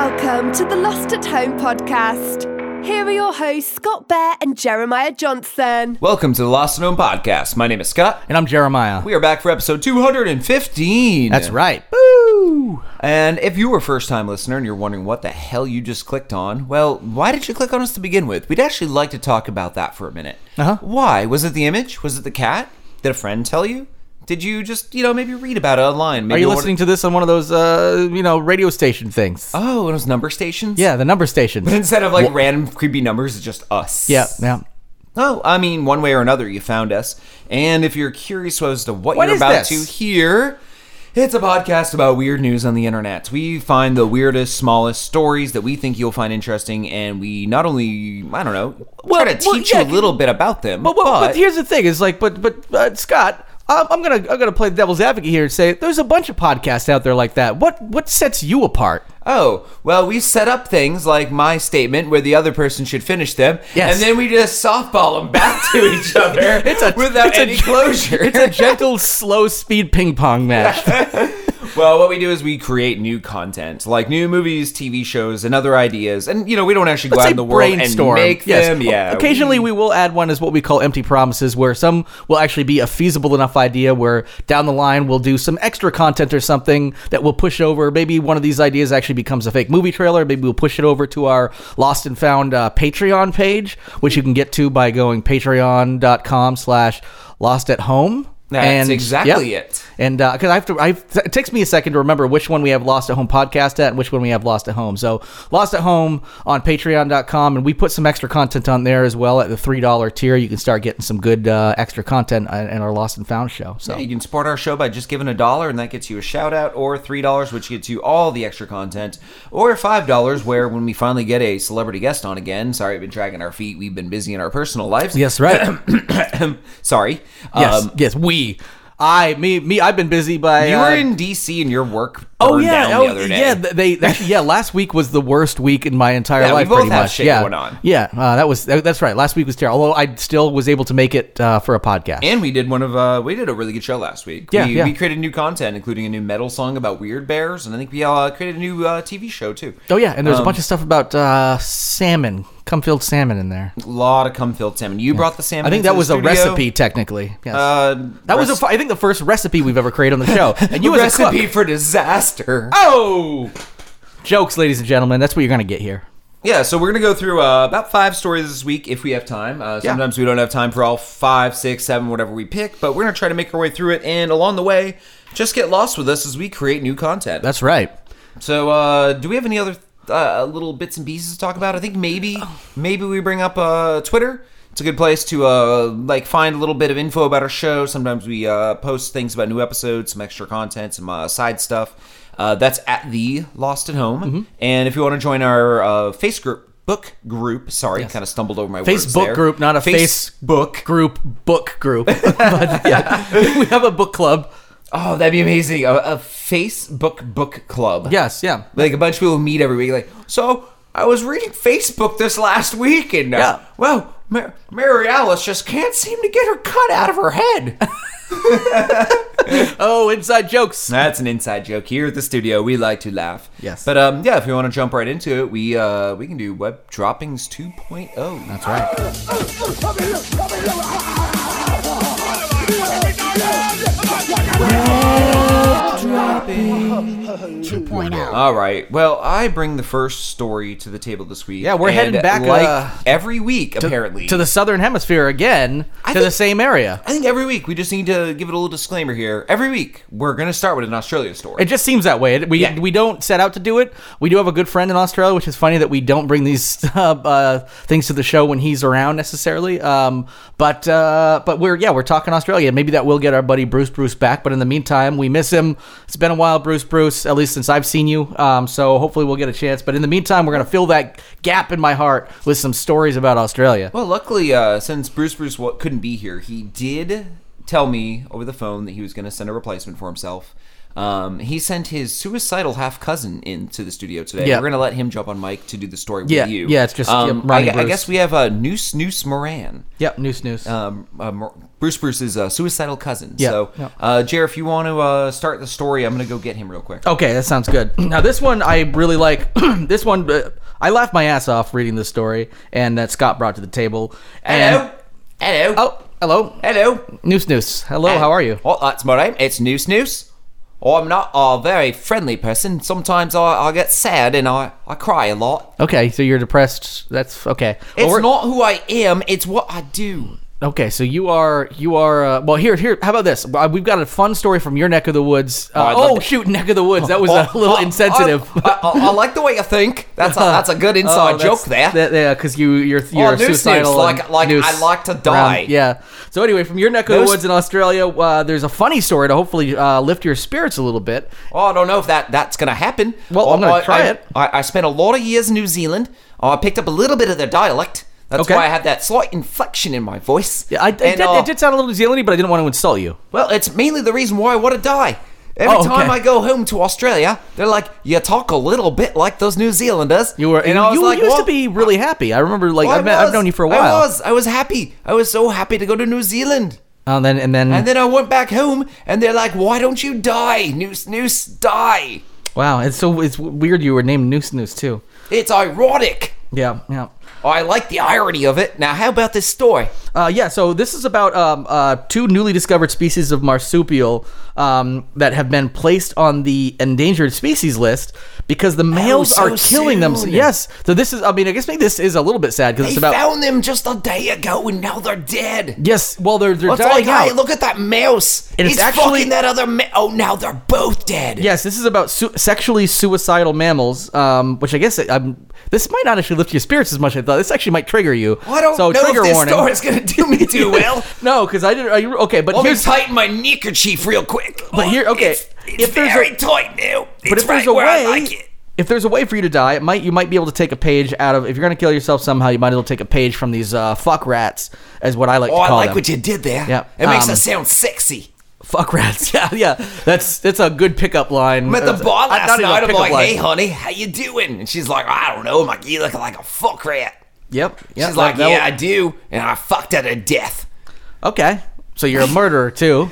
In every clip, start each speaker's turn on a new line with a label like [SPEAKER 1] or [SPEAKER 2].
[SPEAKER 1] the Lost at Home podcast. Here are your hosts, Scott Bear and Jeremiah Johnson.
[SPEAKER 2] Welcome to the Lost and Known podcast. My name is Scott.
[SPEAKER 3] And I'm Jeremiah.
[SPEAKER 2] We are back for episode 215.
[SPEAKER 3] That's right.
[SPEAKER 2] Boo! And if you were a first time listener and you're wondering what the hell you just clicked on, well, why did you click on us to begin with? We'd actually like to talk about that for a minute.
[SPEAKER 3] Uh-huh.
[SPEAKER 2] Why? Was it the image? Was it the cat? Did a friend tell you? Did you just, you know, maybe read about it online? Maybe
[SPEAKER 3] Are you
[SPEAKER 2] order-
[SPEAKER 3] listening to this on one of those, uh, you know, radio station things?
[SPEAKER 2] Oh, it was number stations?
[SPEAKER 3] yeah, the number stations.
[SPEAKER 2] Instead of like random creepy numbers, it's just us.
[SPEAKER 3] yeah, yeah.
[SPEAKER 2] Oh, I mean, one way or another, you found us. And if you're curious as to what,
[SPEAKER 3] What
[SPEAKER 2] you're
[SPEAKER 3] is
[SPEAKER 2] about
[SPEAKER 3] this?
[SPEAKER 2] to hear, it's a podcast about weird news on the internet. We find the weirdest, smallest stories that we think you'll find interesting, and we not only, I don't know,
[SPEAKER 3] Well,
[SPEAKER 2] try to
[SPEAKER 3] well,
[SPEAKER 2] teach
[SPEAKER 3] yeah,
[SPEAKER 2] you a little bit about them,
[SPEAKER 3] But,
[SPEAKER 2] but,
[SPEAKER 3] but, Oh, but here's the thing: is like, but but uh, Scott, I'm, I'm gonna I'm gonna play the devil's advocate here and say there's a bunch of podcasts out there like that. What what sets you apart?
[SPEAKER 2] oh, well, we set up things like my statement where the other person should finish them,
[SPEAKER 3] Yes.
[SPEAKER 2] and then we just softball them back to each other
[SPEAKER 3] It's a-
[SPEAKER 2] without
[SPEAKER 3] it's a-
[SPEAKER 2] any closure.
[SPEAKER 3] It's a gentle, slow speed ping pong match.
[SPEAKER 2] Well, what we do is we create new content, like new movies, TV shows, and other ideas. And you know, we don't actually go out
[SPEAKER 3] Let's
[SPEAKER 2] in
[SPEAKER 3] say
[SPEAKER 2] the world
[SPEAKER 3] brainstorm.
[SPEAKER 2] and make
[SPEAKER 3] yes.
[SPEAKER 2] them. Yeah,
[SPEAKER 3] Occasionally, we will add one as what we call empty promises, where some will actually be a feasible enough idea. Where down the line, we'll do some extra content or something that we'll push over. Maybe one of these ideas actually becomes a fake movie trailer. Maybe we'll push it over to our Lost and Found uh, Patreon page, which you can get to by going patreon.com/slash Lost at Home.
[SPEAKER 2] That's exactly it.
[SPEAKER 3] And because I have to, I it takes me a second to remember which one we have Lost at Home podcast at and which one we have Lost at Home. So Lost at Home on Patreon.com, and we put some extra content on there as well at the three dollar tier. You can start getting some good uh, extra content in in our Lost and Found show. So
[SPEAKER 2] Yeah, you can support our show by just giving a dollar, and that gets you a shout out, or three dollars, which gets you all the extra content, or five dollars, where when we finally get a celebrity guest on again. Sorry, we've been dragging our feet. We've been busy in our personal lives.
[SPEAKER 3] yes, right.
[SPEAKER 2] Sorry.
[SPEAKER 3] yes,
[SPEAKER 2] Um,
[SPEAKER 3] um, yes. We, I, me, me. I've been busy by.
[SPEAKER 2] you
[SPEAKER 3] uh,
[SPEAKER 2] were in DC and your work.
[SPEAKER 3] Oh
[SPEAKER 2] burned
[SPEAKER 3] yeah,
[SPEAKER 2] down
[SPEAKER 3] oh,
[SPEAKER 2] the other day.
[SPEAKER 3] yeah. th- They, that- yeah. Last week was the worst week in my entire
[SPEAKER 2] Yeah, we
[SPEAKER 3] life.
[SPEAKER 2] both
[SPEAKER 3] pretty
[SPEAKER 2] had
[SPEAKER 3] much.
[SPEAKER 2] shit
[SPEAKER 3] yeah,
[SPEAKER 2] going on.
[SPEAKER 3] yeah. Uh, that was that- that's right. Last week was terrible. Although I still was able to make it uh, for a podcast.
[SPEAKER 2] And we did one of uh, we did a really good show last week.
[SPEAKER 3] Yeah,
[SPEAKER 2] we,
[SPEAKER 3] yeah.
[SPEAKER 2] we created new content, including a new metal song about weird bears, and I think we uh, created a new uh, TV show too.
[SPEAKER 3] oh yeah, and there's a
[SPEAKER 2] Um,
[SPEAKER 3] bunch of stuff about uh, salmon, cum-filled salmon in there.
[SPEAKER 2] A lot of cum filled salmon. You brought the salmon.
[SPEAKER 3] I think
[SPEAKER 2] into
[SPEAKER 3] that
[SPEAKER 2] the
[SPEAKER 3] was a
[SPEAKER 2] studio.
[SPEAKER 3] recipe, technically. Yes.
[SPEAKER 2] Uh,
[SPEAKER 3] that was a
[SPEAKER 2] rec-
[SPEAKER 3] fu- I think the first recipe we've ever created on the show. And you as a cook-
[SPEAKER 2] recipe for disaster.
[SPEAKER 3] Oh, jokes, ladies and gentlemen. That's what you're gonna get here.
[SPEAKER 2] Yeah, so we're gonna go through uh, about five stories this week if we have time. Uh, sometimes we don't have time for all five, six, seven, whatever we pick, but we're gonna try to make our way through it. And along the way, just get lost with us as we create new content.
[SPEAKER 3] That's right.
[SPEAKER 2] So, uh, do we have any other uh, little bits and pieces to talk about? I think maybe maybe we bring up uh, Twitter. It's a good place to uh, like find a little bit of info about our show. Sometimes we uh, post things about new episodes, some extra content, some uh, side stuff. Uh, that's at the Lost at Home.
[SPEAKER 3] Mm-hmm.
[SPEAKER 2] And if you want to join our uh, Facebook group, book group, sorry, kind of stumbled over my words
[SPEAKER 3] Facebook
[SPEAKER 2] there.
[SPEAKER 3] group, not a
[SPEAKER 2] Facebook.
[SPEAKER 3] Group book group. but yeah, we have a book club.
[SPEAKER 2] Oh, that'd be amazing. A, a Facebook book club.
[SPEAKER 3] Yes. Yeah.
[SPEAKER 2] Like a bunch of people meet every week. Like, so I was reading Facebook this last week, and uh,
[SPEAKER 3] Yeah.
[SPEAKER 2] well, Ma- Mary Alice just can't seem to get her cut out of her head.
[SPEAKER 3] Oh, inside jokes.
[SPEAKER 2] That's an inside joke here at the studio. We like to laugh.
[SPEAKER 3] Yes.
[SPEAKER 2] But um, yeah, if you want to jump right into it, we uh, we can do web droppings oh. 2.0.
[SPEAKER 3] That's right.
[SPEAKER 2] All right. Well, I bring the first story to the table this week.
[SPEAKER 3] Yeah, we're
[SPEAKER 2] and
[SPEAKER 3] heading back,
[SPEAKER 2] like
[SPEAKER 3] uh,
[SPEAKER 2] every week apparently
[SPEAKER 3] To the southern hemisphere again.
[SPEAKER 2] I
[SPEAKER 3] to the
[SPEAKER 2] think-
[SPEAKER 3] same area.
[SPEAKER 2] I think every week we just need to give it a little disclaimer here. Every week we're gonna start with an Australia story.
[SPEAKER 3] It just seems that way. It- We
[SPEAKER 2] Yeah.
[SPEAKER 3] we don't set out to do it. We do have a good friend in Australia, which is funny that we don't bring these uh, uh, things to the show when he's around necessarily. Um, but uh, but we're yeah we're talking Australia. Maybe that will get our buddy Bruce Bruce back. But in the meantime, we miss him. It's been a while, Bruce Bruce. At least since I've seen you. Um, so hopefully we'll get a chance. But in the meantime, we're gonna fill that gap in my heart with some stories about Australia.
[SPEAKER 2] Well, luckily, uh, since Bruce Bruce wa- couldn't be here, he did tell me over the phone that he was going to send a replacement for himself. Um, he sent his suicidal half cousin into the studio today.
[SPEAKER 3] Yeah.
[SPEAKER 2] We're gonna let him jump on mic to do the story
[SPEAKER 3] Yeah,
[SPEAKER 2] with you.
[SPEAKER 3] yeah, it's just,
[SPEAKER 2] um,
[SPEAKER 3] yeah, Ronnie
[SPEAKER 2] I, I
[SPEAKER 3] Bruce.
[SPEAKER 2] guess we have uh, Noose Noose Moran.
[SPEAKER 3] Yep, noose noose.
[SPEAKER 2] Um, uh, Mor- Bruce Bruce's uh, suicidal cousin.
[SPEAKER 3] Yeah,
[SPEAKER 2] So,
[SPEAKER 3] yeah.
[SPEAKER 2] uh, Jer, if you want to uh, start the story, I'm gonna go get him real quick.
[SPEAKER 3] Okay, that sounds good. Now this one I really like. this one uh, I laughed my ass off reading this story, and that Scott brought to the table. And,
[SPEAKER 2] Hello. Hello.
[SPEAKER 3] Oh, hello.
[SPEAKER 2] Hello.
[SPEAKER 3] Noose noose. Hello, how are you?
[SPEAKER 2] Oh, that's my name. It's Noose Noose. I'm not a very friendly person. Sometimes I, I get sad and I, I cry a lot.
[SPEAKER 3] Okay, so you're depressed. That's okay. Well,
[SPEAKER 2] It's
[SPEAKER 3] we're-
[SPEAKER 2] not who I am, it's what I do.
[SPEAKER 3] Okay, so you are you are uh, well here here. How about this? Uh, We've got a fun story from your neck of the woods. Uh,
[SPEAKER 2] I'd love
[SPEAKER 3] oh
[SPEAKER 2] to-
[SPEAKER 3] shoot, neck of the woods. That was a
[SPEAKER 2] Oh,
[SPEAKER 3] little
[SPEAKER 2] I-
[SPEAKER 3] insensitive.
[SPEAKER 2] I, I, I like the way you think. That's a, that's a good inside
[SPEAKER 3] Oh,
[SPEAKER 2] joke there.
[SPEAKER 3] that's- that- yeah, because you you're you're
[SPEAKER 2] noose, noose,
[SPEAKER 3] suicidal. and
[SPEAKER 2] like- like,
[SPEAKER 3] noose
[SPEAKER 2] I like to
[SPEAKER 3] around.
[SPEAKER 2] die.
[SPEAKER 3] Yeah. So anyway, from your neck of
[SPEAKER 2] Noose-
[SPEAKER 3] the woods in Australia, uh, there's a funny story to hopefully uh, lift your spirits a little bit.
[SPEAKER 2] Oh, I don't know if that, that's going to happen. Um,
[SPEAKER 3] Well, I'm gonna
[SPEAKER 2] I-
[SPEAKER 3] try
[SPEAKER 2] I-
[SPEAKER 3] it.
[SPEAKER 2] I, I spent a lot of years in New Zealand. Oh, I picked up a little bit of their dialect. That's
[SPEAKER 3] Okay.
[SPEAKER 2] why I have that slight inflection in my voice.
[SPEAKER 3] Yeah, I, it,
[SPEAKER 2] And,
[SPEAKER 3] did,
[SPEAKER 2] uh,
[SPEAKER 3] it did sound a little New Zealandy, but I didn't want to insult you.
[SPEAKER 2] Well, it's mainly the reason why I want to die. Every
[SPEAKER 3] Oh, okay.
[SPEAKER 2] time I go home to Australia, they're like, "You talk a little bit like those New Zealanders."
[SPEAKER 3] You were
[SPEAKER 2] and
[SPEAKER 3] you,
[SPEAKER 2] I was
[SPEAKER 3] you
[SPEAKER 2] like,
[SPEAKER 3] used
[SPEAKER 2] "Well,
[SPEAKER 3] to be really happy. I remember like
[SPEAKER 2] well, I
[SPEAKER 3] I've, met- I've
[SPEAKER 2] was.
[SPEAKER 3] known you for a
[SPEAKER 2] I
[SPEAKER 3] while.
[SPEAKER 2] was. I was happy. I was so happy to go to New Zealand.
[SPEAKER 3] Oh, And then and then,
[SPEAKER 2] And then I went back home, and they're like, "Why don't you die, Noose Noose? Die!
[SPEAKER 3] wow, it's so it's weird. You were named Noose Noose too.
[SPEAKER 2] It's ironic.
[SPEAKER 3] Yeah, yeah.
[SPEAKER 2] I like the irony of it. Now, how about this story?
[SPEAKER 3] Uh, yeah, so this is about um, uh, two newly discovered species of marsupial um, that have been placed on the endangered species list because the males
[SPEAKER 2] Oh, so
[SPEAKER 3] are killing them.
[SPEAKER 2] soon.
[SPEAKER 3] Yes, so this is. I mean, I guess maybe this is a little bit sad because
[SPEAKER 2] They
[SPEAKER 3] it's about.
[SPEAKER 2] found them just a day ago, and now they're dead."
[SPEAKER 3] yes, well, they're they're
[SPEAKER 2] It's like,
[SPEAKER 3] dying out.
[SPEAKER 2] hey, look at that mouse.
[SPEAKER 3] And it's
[SPEAKER 2] He's
[SPEAKER 3] actually-
[SPEAKER 2] fucking that other. Ma- oh, now they're both dead.
[SPEAKER 3] Yes, this is about su- sexually suicidal mammals, um, which I guess um, this might not actually lift your spirits as much as I thought. This actually might trigger you.
[SPEAKER 2] I don't
[SPEAKER 3] so
[SPEAKER 2] know
[SPEAKER 3] trigger
[SPEAKER 2] if this
[SPEAKER 3] warning.
[SPEAKER 2] story's gonna do me too well.
[SPEAKER 3] no, because I didn't. Are you, okay, but
[SPEAKER 2] Let me
[SPEAKER 3] here's
[SPEAKER 2] tighten my neckerchief real quick.
[SPEAKER 3] But here- okay,
[SPEAKER 2] It's, it's
[SPEAKER 3] if there's a-
[SPEAKER 2] very tight now. It's
[SPEAKER 3] But if
[SPEAKER 2] right
[SPEAKER 3] there's a
[SPEAKER 2] where
[SPEAKER 3] way,
[SPEAKER 2] I like it.
[SPEAKER 3] if there's a way for you to die, it might you might be able to take a page out of. If you're gonna kill yourself somehow, you might as well take a page from these uh, fuck rats, as what I like
[SPEAKER 2] Oh,
[SPEAKER 3] to
[SPEAKER 2] I
[SPEAKER 3] call
[SPEAKER 2] like
[SPEAKER 3] them.
[SPEAKER 2] what you did there.
[SPEAKER 3] Yeah,
[SPEAKER 2] It makes
[SPEAKER 3] um,
[SPEAKER 2] us sound sexy.
[SPEAKER 3] fuck rats. Yeah, yeah. That's that's a good pickup line.
[SPEAKER 2] I'm at the
[SPEAKER 3] Uh,
[SPEAKER 2] bar
[SPEAKER 3] uh, not
[SPEAKER 2] last
[SPEAKER 3] even a
[SPEAKER 2] night. I'm
[SPEAKER 3] pickup
[SPEAKER 2] like,
[SPEAKER 3] line.
[SPEAKER 2] hey, honey, how you doing? And she's like, I don't know. I'm like, you look like a fuck rat.
[SPEAKER 3] Yep. yep,
[SPEAKER 2] She's like,
[SPEAKER 3] that- that
[SPEAKER 2] yeah, I do. And I fucked her to death.
[SPEAKER 3] will- okay. So you're a murderer too,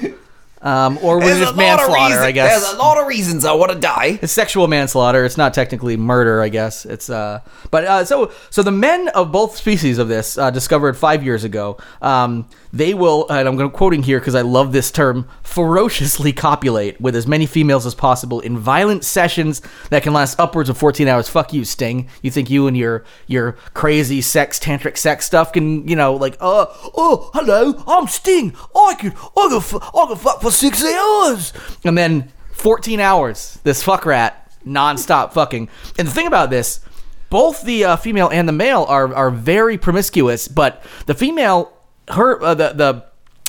[SPEAKER 3] um, or was it
[SPEAKER 2] There's
[SPEAKER 3] just
[SPEAKER 2] a lot of
[SPEAKER 3] manslaughter? I
[SPEAKER 2] reasons-
[SPEAKER 3] guess
[SPEAKER 2] There's a lot of reasons I want to die.
[SPEAKER 3] It's sexual manslaughter. It's not technically murder, I guess. It's uh, but uh, so so the men of both species of this uh, discovered five years ago. Um, they will, and I'm going to quoting here because I love this term, ferociously copulate with as many females as possible in violent sessions that can last upwards of 14 hours. Fuck you, Sting. You think you and your your crazy sex tantric sex stuff can you know like uh oh hello I'm Sting I could I could fu- I could fuck for six hours and then 14 hours. This fuck rat nonstop fucking. And the thing about this, both the uh, female and the male are are very promiscuous, but the female her uh, the the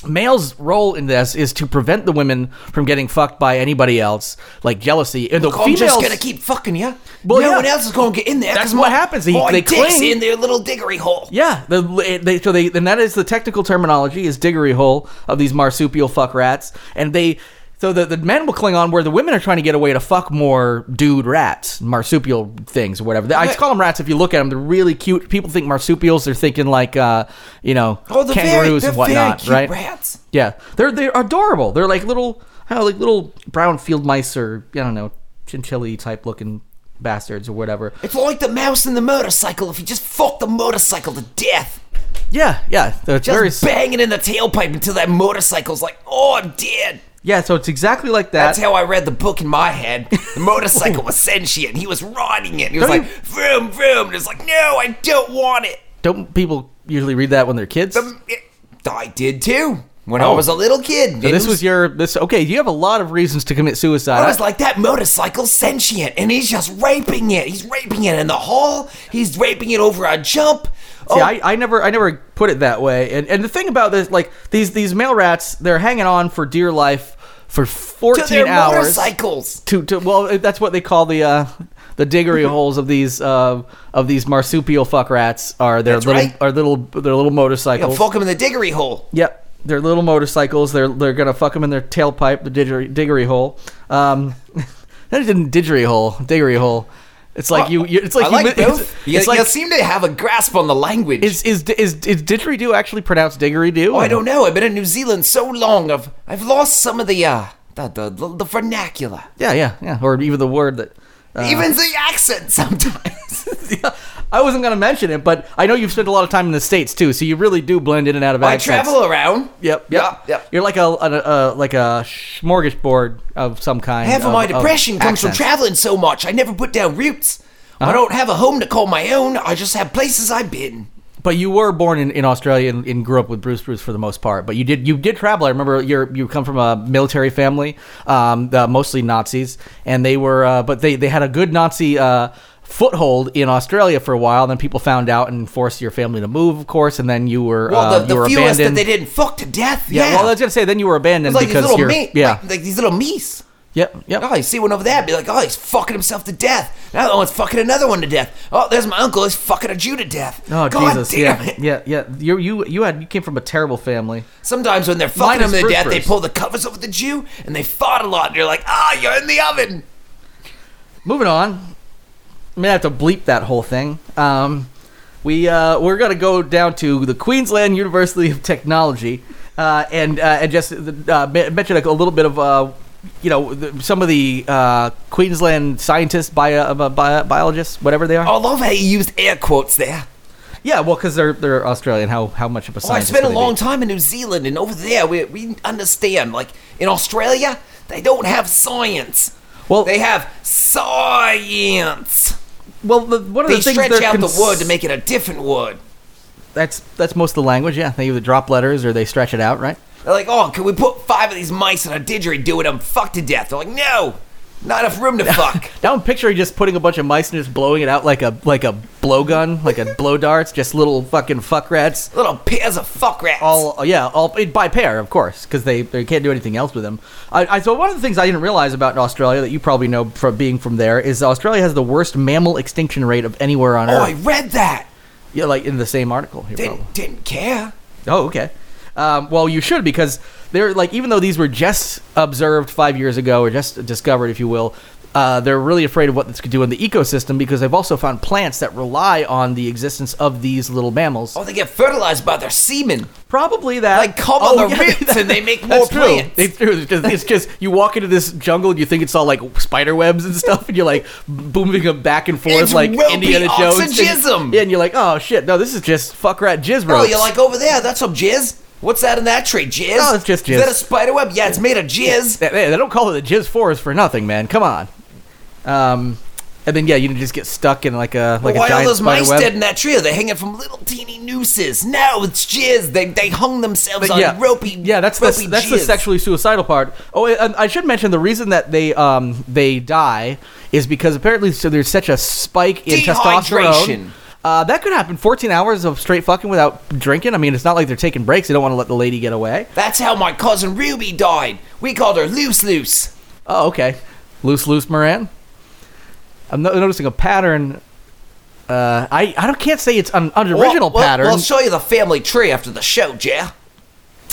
[SPEAKER 3] male's role in this is to prevent the women from getting fucked by anybody else, like jealousy. And the
[SPEAKER 2] I'm just
[SPEAKER 3] females-
[SPEAKER 2] gonna keep fucking you.
[SPEAKER 3] Well,
[SPEAKER 2] no
[SPEAKER 3] yeah.
[SPEAKER 2] one else is gonna get in there.
[SPEAKER 3] That's
[SPEAKER 2] 'cause
[SPEAKER 3] what
[SPEAKER 2] my-
[SPEAKER 3] happens. He-
[SPEAKER 2] my
[SPEAKER 3] they
[SPEAKER 2] dick's
[SPEAKER 3] cling.
[SPEAKER 2] in their little diggery hole.
[SPEAKER 3] Yeah, the, they, so they and that is the technical terminology is diggery hole of these marsupial fuck rats, and they so the, the men will cling on where the women are trying to get away to fuck more dude rats, marsupial things, or whatever. I just call them rats if you look at them; they're really cute. People think marsupials; they're thinking like uh, you know
[SPEAKER 2] Oh, they're very-
[SPEAKER 3] kangaroos
[SPEAKER 2] they're
[SPEAKER 3] and whatnot,
[SPEAKER 2] very cute
[SPEAKER 3] right?
[SPEAKER 2] rats.
[SPEAKER 3] Yeah, they're they're adorable. They're like little, I don't know, like little brown field mice or I don't know chinchilla type looking bastards or whatever.
[SPEAKER 2] It's like the mouse and the motorcycle. If you just fuck the motorcycle to death,
[SPEAKER 3] Yeah, yeah, they're
[SPEAKER 2] just
[SPEAKER 3] very
[SPEAKER 2] bang it in the tailpipe until that motorcycle's like, "Oh, I'm dead."
[SPEAKER 3] yeah. So it's exactly like that.
[SPEAKER 2] That's how I read the book in my head. The motorcycle was sentient. He was riding it. He was
[SPEAKER 3] Don't
[SPEAKER 2] like, "Vroom, vroom," and it's like, "No, I don't want it."
[SPEAKER 3] Don't people usually read that when they're kids?
[SPEAKER 2] It- I did too when I was a little kid.
[SPEAKER 3] So Oh. this was your this okay. You have a lot of reasons to commit suicide.
[SPEAKER 2] I was like, that motorcycle's sentient, and he's just raping it. He's raping it in the hall. He's raping it over a jump. Oh,
[SPEAKER 3] See, I, I never I never put it that way. And and the thing about this, like these these male rats, they're hanging on for dear life for
[SPEAKER 2] to
[SPEAKER 3] fourteen
[SPEAKER 2] their
[SPEAKER 3] hours.
[SPEAKER 2] motorcycles.
[SPEAKER 3] To to well, that's what they call the uh the diggery holes of these uh of these marsupial fuck rats are their
[SPEAKER 2] That's
[SPEAKER 3] little
[SPEAKER 2] right.
[SPEAKER 3] are little their little
[SPEAKER 2] Yeah,
[SPEAKER 3] motorcycles.
[SPEAKER 2] fuck him in the diggery hole.
[SPEAKER 3] Yep. their little motorcycles. They're they're gonna fuck them in their tailpipe, the didgery, diggery hole. Um, that didn't didgery hole, diggery hole. It's like you. you it's like
[SPEAKER 2] I
[SPEAKER 3] you
[SPEAKER 2] like
[SPEAKER 3] mi-
[SPEAKER 2] both. you,
[SPEAKER 3] It's, it's
[SPEAKER 2] you
[SPEAKER 3] like
[SPEAKER 2] seem to have a grasp on the language.
[SPEAKER 3] is, is is is didgeridoo actually pronounced diggeridoo?
[SPEAKER 2] Oh, I don't know. I've been in New Zealand so long. I've I've lost some of the uh the the, the vernacular,
[SPEAKER 3] Yeah, yeah, yeah. Or even the word that. uh,
[SPEAKER 2] even the accent sometimes.
[SPEAKER 3] I wasn't gonna mention it, but I know you've spent a lot of time in the states too, so you really do blend in and out of
[SPEAKER 2] I
[SPEAKER 3] accents.
[SPEAKER 2] travel around.
[SPEAKER 3] Yep,
[SPEAKER 2] Yeah,
[SPEAKER 3] yep,
[SPEAKER 2] yep.
[SPEAKER 3] You're like a, a, a like a smorgasbord of some kind.
[SPEAKER 2] Half of my depression comes
[SPEAKER 3] accents.
[SPEAKER 2] from traveling so much. I never put down roots.
[SPEAKER 3] Uh-huh.
[SPEAKER 2] I don't have a home to call my own. I just have places I've been.
[SPEAKER 3] But you were born in, in Australia and, and grew up with Bruce Bruce for the most part. But you did you did travel. I remember you you come from a military family, um, uh, mostly Nazis, and they were uh, but they they had a good Nazi. Uh, Foothold in Australia for a while, then people found out and forced your family to move, of course, and then you were
[SPEAKER 2] Well,
[SPEAKER 3] uh,
[SPEAKER 2] the, the
[SPEAKER 3] you were
[SPEAKER 2] few is that
[SPEAKER 3] abandoned.
[SPEAKER 2] they didn't fuck to death.
[SPEAKER 3] yeah,
[SPEAKER 2] Yeah,
[SPEAKER 3] well, I was gonna say then you were
[SPEAKER 2] It's
[SPEAKER 3] abandoned
[SPEAKER 2] like these
[SPEAKER 3] because
[SPEAKER 2] little
[SPEAKER 3] you're
[SPEAKER 2] me,
[SPEAKER 3] yeah,
[SPEAKER 2] like, like these little me's.
[SPEAKER 3] yep, yep.
[SPEAKER 2] Oh, you see one over there, be like, oh, he's fucking himself to death. Another one's fucking another one to death. Oh, there's my uncle, he's fucking a Jew to death.
[SPEAKER 3] Oh
[SPEAKER 2] God
[SPEAKER 3] Jesus!
[SPEAKER 2] damn
[SPEAKER 3] yeah,
[SPEAKER 2] it.
[SPEAKER 3] yeah, yeah. You you you had you came from a terrible family.
[SPEAKER 2] Sometimes when they're fucking
[SPEAKER 3] Mine is
[SPEAKER 2] him to
[SPEAKER 3] Bruce
[SPEAKER 2] death, they
[SPEAKER 3] Bruce.
[SPEAKER 2] pull the covers over the Jew and they fart a lot, and you're like, ah, you're in the oven.
[SPEAKER 3] Moving on. I'm gonna have to bleep that whole thing. Um, we uh, we're gonna go down to the Queensland University of Technology, uh, and uh, and just uh, me- mention a little bit of uh, you know the, some of the uh, Queensland scientists, bio, uh, bio, biologists, whatever they are.
[SPEAKER 2] I love how you used air quotes there.
[SPEAKER 3] Yeah, well, because they're they're Australian. How how much of a
[SPEAKER 2] Oh, I
[SPEAKER 3] scientist?
[SPEAKER 2] spent a
[SPEAKER 3] could they be?
[SPEAKER 2] long time in New Zealand, and over there, we, we understand. Like, in Australia, they don't have science.
[SPEAKER 3] Well-
[SPEAKER 2] they have science.
[SPEAKER 3] Well, the, one of
[SPEAKER 2] They
[SPEAKER 3] the things
[SPEAKER 2] stretch
[SPEAKER 3] they're
[SPEAKER 2] out
[SPEAKER 3] cons-
[SPEAKER 2] the word to make it a different word.
[SPEAKER 3] that's that's most of the language. Yeah, they either drop letters or they stretch it out, right?
[SPEAKER 2] They're like, oh, can we put five of these mice in a didgeridoo and I'm fucked to death? They're like, no, not enough room to fuck.
[SPEAKER 3] Now I'm picturing just putting a bunch of mice and just blowing it out like a like a blowgun, like a blow darts, just little fucking fuck rats.
[SPEAKER 2] Little pairs of fuck rats.
[SPEAKER 3] All uh, yeah, all by pair, of course, because they, they can't do anything else with them. I, I so one of the things I didn't realize about Australia that you probably know from being from there is Australia has the worst mammal extinction rate of anywhere on
[SPEAKER 2] oh, I
[SPEAKER 3] earth.
[SPEAKER 2] read that.
[SPEAKER 3] Yeah, like in the same article. Here, probably.
[SPEAKER 2] Didn't didn't care.
[SPEAKER 3] Oh, okay. Um, well, you should because they're like even though these were just observed five years ago or just discovered, if you will, uh, they're really afraid of what this could do in the ecosystem because they've also found plants that rely on the existence of these little mammals.
[SPEAKER 2] Oh, they get fertilized by their semen.
[SPEAKER 3] Probably that Oh,
[SPEAKER 2] Like, come on the roots and they make
[SPEAKER 3] that's
[SPEAKER 2] more
[SPEAKER 3] true.
[SPEAKER 2] plants.
[SPEAKER 3] It's true. It's just, it's just you walk into this jungle and you think it's all like spider webs and stuff, and you're like booming them back and forth
[SPEAKER 2] It's
[SPEAKER 3] like
[SPEAKER 2] ropey
[SPEAKER 3] Indiana Jones. and-
[SPEAKER 2] oxygism.
[SPEAKER 3] Yeah, and you're like, oh shit, no, this is just fuck rat jizz
[SPEAKER 2] Oh,
[SPEAKER 3] ropes.
[SPEAKER 2] you're like over there. That's some jizz. What's that in that tree? Jizz.
[SPEAKER 3] No, it's just
[SPEAKER 2] Is that
[SPEAKER 3] jizz.
[SPEAKER 2] a spider web? Yeah, it's made of jizz.
[SPEAKER 3] They, they- they don't call it the Jizz Forest for nothing, man. Come on. Um, and then yeah, you just get stuck in like a like a
[SPEAKER 2] Why all
[SPEAKER 3] giant
[SPEAKER 2] those
[SPEAKER 3] spider
[SPEAKER 2] mice
[SPEAKER 3] web.
[SPEAKER 2] dead in that tree? Are they hanging from little teeny nooses? No, it's jizz. They they hung themselves on
[SPEAKER 3] yeah,
[SPEAKER 2] ropey.
[SPEAKER 3] yeah, that's
[SPEAKER 2] ropey
[SPEAKER 3] the, that's the
[SPEAKER 2] jizz.
[SPEAKER 3] sexually suicidal part. Oh, and I should mention the reason that they um they die is because apparently so there's such a spike in
[SPEAKER 2] Dehydration.
[SPEAKER 3] testosterone. Uh, that could happen. 14 hours of straight fucking without drinking. I mean, it's not like they're taking breaks. They don't want to let the lady get away.
[SPEAKER 2] That's how my cousin Ruby died. We called her Loose Loose.
[SPEAKER 3] Oh, okay. Loose, loose, Moran. I'm no- noticing a pattern. Uh, I I don't can't say it's an an original
[SPEAKER 2] Well, well,
[SPEAKER 3] pattern.
[SPEAKER 2] We'll show you the family tree after the show, Jer.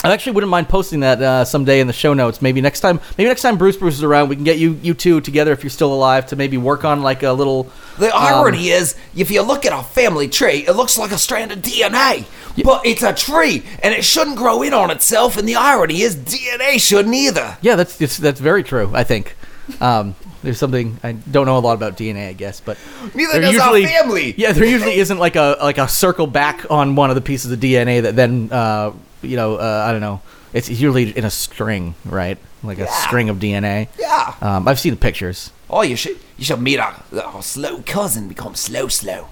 [SPEAKER 3] I actually wouldn't mind posting that uh, someday in the show notes. Maybe next time. Maybe next time Bruce Bruce is around, we can get you you two together if you're still alive to maybe work on like a little.
[SPEAKER 2] The
[SPEAKER 3] um,
[SPEAKER 2] irony is, if you look at our family tree, it looks like a strand of DNA. But it's a tree, and it shouldn't grow in on itself, and the irony is DNA shouldn't either.
[SPEAKER 3] yeah, that's it's, that's very true. I think. Um, there's something I don't know a lot about DNA, I guess, but
[SPEAKER 2] Neither
[SPEAKER 3] there
[SPEAKER 2] does our family.
[SPEAKER 3] Yeah, there usually isn't like a like a circle back on one of the pieces of DNA that then uh, you know uh, I don't know. It's usually in a string, right? Like a
[SPEAKER 2] Yeah.
[SPEAKER 3] string of DNA.
[SPEAKER 2] Yeah.
[SPEAKER 3] Um, I've seen the pictures.
[SPEAKER 2] Oh, you should you should meet our, our slow cousin, become slow slow.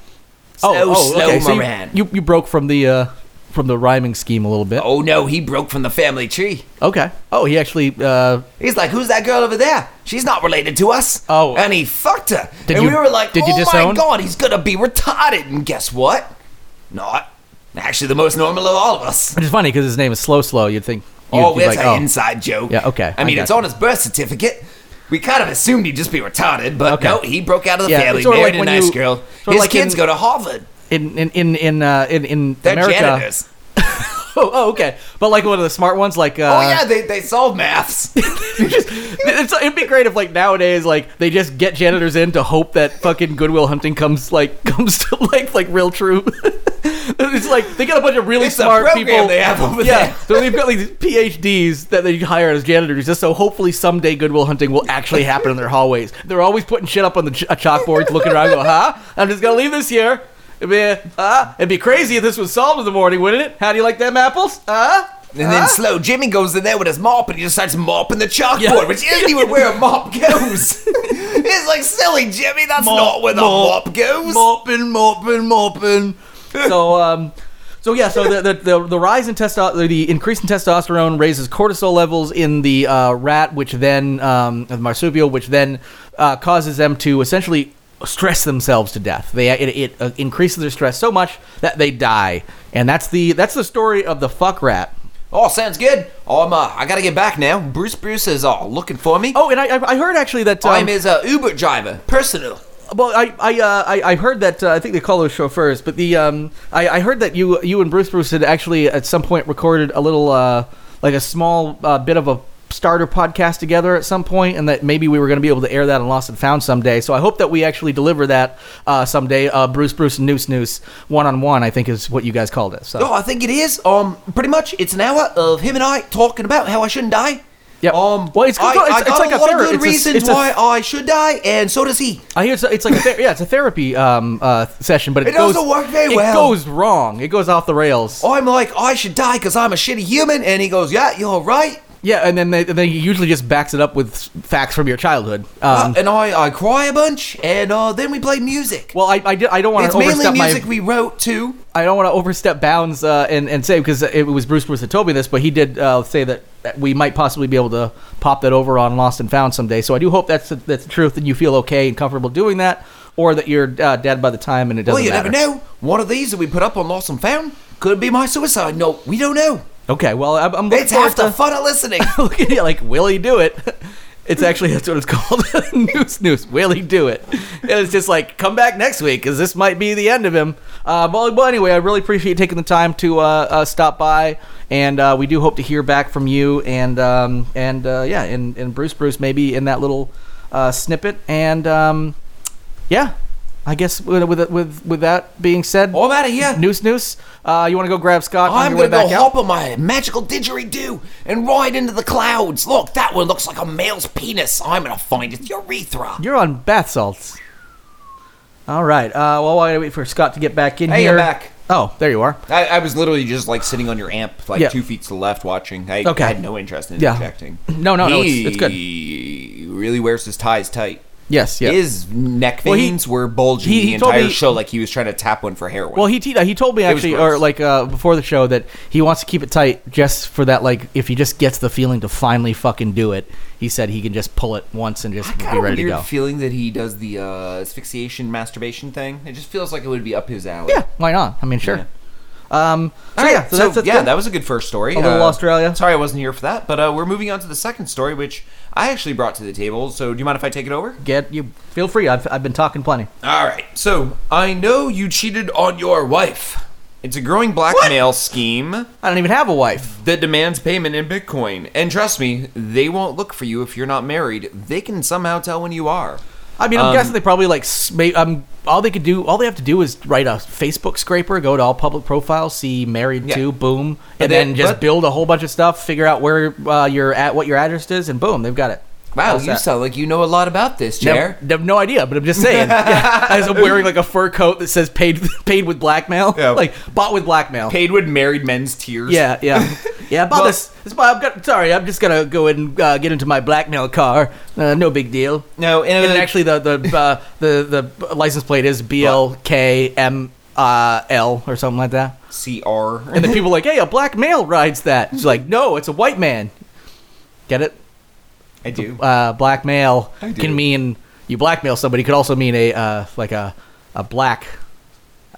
[SPEAKER 2] Slow
[SPEAKER 3] oh, oh,
[SPEAKER 2] slow
[SPEAKER 3] okay. so you-
[SPEAKER 2] Moran.
[SPEAKER 3] you, you broke from the uh, from the rhyming scheme a little bit.
[SPEAKER 2] oh no, he broke from the family tree.
[SPEAKER 3] Okay. Oh, he actually. Uh,
[SPEAKER 2] He's like, "Who's that girl over there? She's not related to us."
[SPEAKER 3] Oh.
[SPEAKER 2] and he fucked her.
[SPEAKER 3] Did
[SPEAKER 2] and
[SPEAKER 3] you-
[SPEAKER 2] we were like,
[SPEAKER 3] did you
[SPEAKER 2] "Oh my
[SPEAKER 3] disown?"
[SPEAKER 2] god, he's gonna be retarded." And guess what? Not actually the most normal of all of us.
[SPEAKER 3] which is funny because his name is Slow Slow. You'd think. You'd
[SPEAKER 2] oh,
[SPEAKER 3] be
[SPEAKER 2] that's
[SPEAKER 3] like,
[SPEAKER 2] an
[SPEAKER 3] oh.
[SPEAKER 2] inside joke.
[SPEAKER 3] Yeah, okay,
[SPEAKER 2] I
[SPEAKER 3] I
[SPEAKER 2] mean, it's
[SPEAKER 3] gotcha.
[SPEAKER 2] on his birth certificate. We kind of assumed he'd just be retarded, but
[SPEAKER 3] Okay.
[SPEAKER 2] no, he broke out of the
[SPEAKER 3] Yeah,
[SPEAKER 2] family,
[SPEAKER 3] it's sorta
[SPEAKER 2] married
[SPEAKER 3] like
[SPEAKER 2] a
[SPEAKER 3] when
[SPEAKER 2] nice
[SPEAKER 3] you-
[SPEAKER 2] girl.
[SPEAKER 3] sorta
[SPEAKER 2] His
[SPEAKER 3] like
[SPEAKER 2] kids
[SPEAKER 3] in-
[SPEAKER 2] go to Harvard.
[SPEAKER 3] in in in in uh, in, in
[SPEAKER 2] They're
[SPEAKER 3] America.
[SPEAKER 2] janitors.
[SPEAKER 3] oh, okay. But like one of the smart ones, like uh,
[SPEAKER 2] oh yeah, they, they solve maths.
[SPEAKER 3] just, it's, it'd be great if like nowadays like they just get janitors in to hope that fucking Goodwill Hunting comes like comes to like like real true. it's like they got a bunch of really
[SPEAKER 2] It's a
[SPEAKER 3] smart
[SPEAKER 2] program
[SPEAKER 3] people.
[SPEAKER 2] they have over
[SPEAKER 3] yeah,
[SPEAKER 2] there.
[SPEAKER 3] so they've got like these PhDs that they hire as janitors. Just so hopefully someday Goodwill Hunting will actually happen in their hallways. They're always putting shit up on the ch- uh, chalkboards, looking around, go, huh? I'm just gonna leave this here. It'd be, uh, it'd be crazy if this was solved in the morning, wouldn't it? How do you like them apples? Huh?
[SPEAKER 2] And then slow Jimmy goes in there with his mop and he just starts mopping the chalkboard,
[SPEAKER 3] Yeah.
[SPEAKER 2] which isn't even where a mop goes. it's like silly Jimmy, that's not where the
[SPEAKER 3] mop,
[SPEAKER 2] mop, goes.
[SPEAKER 3] mopping, mopping, mopping. so, um, so yeah, so the the, the, the rise in testosterone, the increase in testosterone raises cortisol levels in the uh, rat, which then um, the marsupial, which then uh, causes them to essentially stress themselves to death. They it, it uh, increases their stress so much that they die, and that's the that's the story of the fuck rat.
[SPEAKER 2] Oh, sounds good. Oh, I'm uh, I gotta get back now. Bruce Bruce is uh, looking for me.
[SPEAKER 3] Oh, and I I- I heard actually that um, Oh.
[SPEAKER 2] I'm his uh, Uber driver, personal.
[SPEAKER 3] Well, I I, uh, I I heard that uh, I think they call those chauffeurs, but the um I, I heard that you you and Bruce Bruce had actually at some point recorded a little uh like a small uh, bit of a starter podcast together at some point, and that maybe we were going to be able to air that on Lost and Found someday. So I hope that we actually deliver that uh, someday. Uh, Bruce Bruce and Noose Noose one on one, I think is what you guys called it. So
[SPEAKER 2] Oh, I think it is. Um, pretty much, it's an hour of him and I talking about how I shouldn't die.
[SPEAKER 3] Yep.
[SPEAKER 2] Um,
[SPEAKER 3] Well, it's-
[SPEAKER 2] I,
[SPEAKER 3] it's-
[SPEAKER 2] I
[SPEAKER 3] it's
[SPEAKER 2] got
[SPEAKER 3] like
[SPEAKER 2] a
[SPEAKER 3] a
[SPEAKER 2] lot
[SPEAKER 3] ther-
[SPEAKER 2] of
[SPEAKER 3] it's
[SPEAKER 2] good
[SPEAKER 3] a-
[SPEAKER 2] reasons
[SPEAKER 3] it's a-
[SPEAKER 2] why I should die, and so does he.
[SPEAKER 3] I hear it's, it's like a ther- yeah, it's a therapy um uh session, but it,
[SPEAKER 2] It
[SPEAKER 3] goes,
[SPEAKER 2] doesn't work very
[SPEAKER 3] it
[SPEAKER 2] well.
[SPEAKER 3] goes wrong. It goes off the rails.
[SPEAKER 2] I'm like, I should die because I'm a shitty human, and he goes, Yeah, you're right.
[SPEAKER 3] Yeah, and then they, and then he usually just backs it up with s- facts from your childhood.
[SPEAKER 2] Uh,
[SPEAKER 3] Um,
[SPEAKER 2] and I, I cry a bunch, and uh, then we played music.
[SPEAKER 3] well, I, I, did, I don't want
[SPEAKER 2] it's
[SPEAKER 3] to
[SPEAKER 2] mainly
[SPEAKER 3] overstep
[SPEAKER 2] music
[SPEAKER 3] my
[SPEAKER 2] we wrote too.
[SPEAKER 3] I don't want to overstep bounds uh, and and say because it was Bruce Bruce that told me this, but he did uh, say that that we might possibly be able to pop that over on Lost and Found someday. So I do hope that's the, that's the truth, and you feel okay and comfortable doing that, or that you're uh, dead by the time and it doesn't
[SPEAKER 2] Well, you
[SPEAKER 3] matter.
[SPEAKER 2] never know. One of these that we put up on Lost and Found could be my suicide note. We don't know.
[SPEAKER 3] Okay, well I'm, I'm looking
[SPEAKER 2] It's
[SPEAKER 3] forward
[SPEAKER 2] half the
[SPEAKER 3] to
[SPEAKER 2] fun of listening.
[SPEAKER 3] looking at you like will he do it it's actually that's what it's called news news will he do it and it's just like come back next week because this might be the end of him uh, well, well anyway i really appreciate you taking the time to uh, uh, stop by and uh, we do hope to hear back from you and um, and uh, yeah and, and bruce bruce maybe in that little uh, snippet and um, yeah i guess with with with, with that being said
[SPEAKER 2] I'm out of here.
[SPEAKER 3] Noose Noose, uh, you want to go grab Scott on
[SPEAKER 2] I'm
[SPEAKER 3] your way
[SPEAKER 2] gonna go
[SPEAKER 3] back out?
[SPEAKER 2] hop on my magical didgeridoo and ride into the clouds. Look, that one looks like a male's penis. I'm gonna find its urethra.
[SPEAKER 3] You're on bath salts. All right. Uh, well, while I wait for Scott to get back in
[SPEAKER 2] Hey,
[SPEAKER 3] here.
[SPEAKER 2] I'm back.
[SPEAKER 3] Oh, there you are.
[SPEAKER 2] I, I was literally just like sitting on your amp, like
[SPEAKER 3] Yeah.
[SPEAKER 2] two feet to the left, watching. I,
[SPEAKER 3] Okay.
[SPEAKER 2] I had no interest in
[SPEAKER 3] Yeah.
[SPEAKER 2] interjecting.
[SPEAKER 3] No, no, no, it's-
[SPEAKER 2] He
[SPEAKER 3] it's good.
[SPEAKER 2] Really wears his ties tight.
[SPEAKER 3] Yes. Yeah.
[SPEAKER 2] His neck
[SPEAKER 3] Well, he-
[SPEAKER 2] veins were bulging
[SPEAKER 3] he- he
[SPEAKER 2] the
[SPEAKER 3] told
[SPEAKER 2] entire
[SPEAKER 3] me-
[SPEAKER 2] show, like he was trying to tap one for heroin.
[SPEAKER 3] well, he te- he told me
[SPEAKER 2] was
[SPEAKER 3] actually, or
[SPEAKER 2] gross.
[SPEAKER 3] like uh, before the show, that he wants to keep it tight just for that. Like, if he just gets the feeling to finally fucking do it, he said he can just pull it once and just
[SPEAKER 2] I got
[SPEAKER 3] be
[SPEAKER 2] a
[SPEAKER 3] ready to
[SPEAKER 2] weird
[SPEAKER 3] go.
[SPEAKER 2] feeling that he does the uh, asphyxiation masturbation thing. It just feels like it would be up his alley.
[SPEAKER 3] yeah. Why not? I mean, sure. Um. So
[SPEAKER 2] All right,
[SPEAKER 3] yeah. So, that's, that's
[SPEAKER 2] yeah,
[SPEAKER 3] good.
[SPEAKER 2] that was a good first story. Uh,
[SPEAKER 3] little Australia.
[SPEAKER 2] Sorry, I wasn't here for that, but uh, we're moving on to the second story, which I actually brought to the table. So, do you mind if I take it over?
[SPEAKER 3] Get you. Feel free. I've I've been talking plenty.
[SPEAKER 2] All right. So, I know you cheated on your wife. It's a growing blackmail scheme
[SPEAKER 3] I don't even have a wife.
[SPEAKER 2] that demands payment in Bitcoin. And trust me, they won't look for you if you're not married. They can somehow tell when you are.
[SPEAKER 3] I mean, I'm
[SPEAKER 2] Um,
[SPEAKER 3] guessing they probably like s- may- um, all they could do, all they have to do is write a Facebook scraper, go to all public profiles, see married
[SPEAKER 2] Yeah.
[SPEAKER 3] to, boom,
[SPEAKER 2] But
[SPEAKER 3] and
[SPEAKER 2] they-
[SPEAKER 3] then just
[SPEAKER 2] but-
[SPEAKER 3] build a whole bunch of stuff, figure out where uh, you're at, what your address is, and boom, they've got it.
[SPEAKER 2] Wow,
[SPEAKER 3] How's
[SPEAKER 2] you
[SPEAKER 3] that?
[SPEAKER 2] sound like you know a lot about this,
[SPEAKER 3] Nev-
[SPEAKER 2] Jer.
[SPEAKER 3] have no idea, but I'm just saying. Yeah, as I'm wearing like a fur coat that says "paid paid with blackmail,"
[SPEAKER 2] Yeah.
[SPEAKER 3] like bought with blackmail.
[SPEAKER 2] Paid with married men's tears.
[SPEAKER 3] Yeah, yeah, yeah. About
[SPEAKER 2] Well-
[SPEAKER 3] this, this but I'm gonna, sorry, I'm just gonna go and uh, get into my blackmail car. Uh, no big deal.
[SPEAKER 2] No, and,
[SPEAKER 3] And actually, the the uh, the the license plate is BLKML uh, or something like that.
[SPEAKER 2] CR.
[SPEAKER 3] And then people are like, "Hey, a black male rides that." She's like, "No, it's a white man." Get it?
[SPEAKER 2] I do.
[SPEAKER 3] Uh, black male
[SPEAKER 2] I do.
[SPEAKER 3] can mean you blackmail somebody. Could also mean a uh, like a a black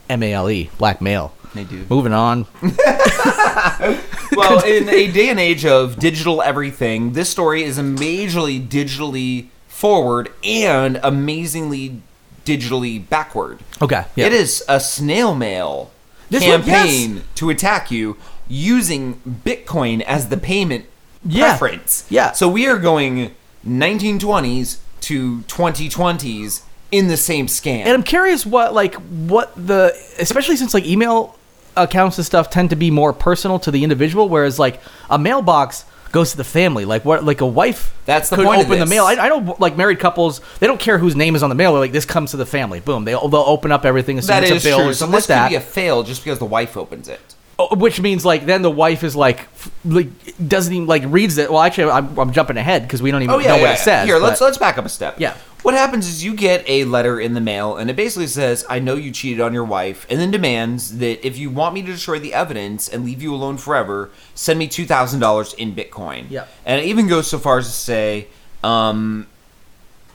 [SPEAKER 3] M A L E black male.
[SPEAKER 2] I do.
[SPEAKER 3] Moving on.
[SPEAKER 2] Well, in a day and age of digital everything, this story is majorly digitally forward and amazingly digitally backward.
[SPEAKER 3] Okay. Yeah.
[SPEAKER 2] It is a snail mail.
[SPEAKER 3] This one-
[SPEAKER 2] campaign
[SPEAKER 3] yes.
[SPEAKER 2] to attack you using Bitcoin as the payment
[SPEAKER 3] Yeah.
[SPEAKER 2] preference.
[SPEAKER 3] Yeah.
[SPEAKER 2] So we are going 1920s to 2020s in the same scam.
[SPEAKER 3] And I'm curious what like what the especially since like email accounts and stuff tend to be more personal to the individual, whereas like a mailbox goes to the family. Like what like a wife
[SPEAKER 2] That's the
[SPEAKER 3] could
[SPEAKER 2] point of
[SPEAKER 3] open the
[SPEAKER 2] this.
[SPEAKER 3] mail. I, I know like married couples they don't care whose name is on the mail. They're like this comes to the family. Boom. They they'll open up everything. Assume
[SPEAKER 2] that
[SPEAKER 3] it's
[SPEAKER 2] is
[SPEAKER 3] a bill
[SPEAKER 2] true.
[SPEAKER 3] Or
[SPEAKER 2] So
[SPEAKER 3] something
[SPEAKER 2] this
[SPEAKER 3] like that.
[SPEAKER 2] could be a fail just because the wife opens it.
[SPEAKER 3] Oh, which means like then the wife is like f- like doesn't even like reads it. Well, actually, I'm, I'm jumping ahead because we don't
[SPEAKER 2] Oh,
[SPEAKER 3] even know what it says.
[SPEAKER 2] Here, let's
[SPEAKER 3] but-
[SPEAKER 2] let's back up a step.
[SPEAKER 3] Yeah.
[SPEAKER 2] What happens is you get a letter in the mail, and it basically says, "I know you cheated on your wife," and then demands that if you want me to destroy the evidence and leave you alone forever, send me two thousand dollars in Bitcoin.
[SPEAKER 3] Yeah.
[SPEAKER 2] And it even goes so far as to say, um,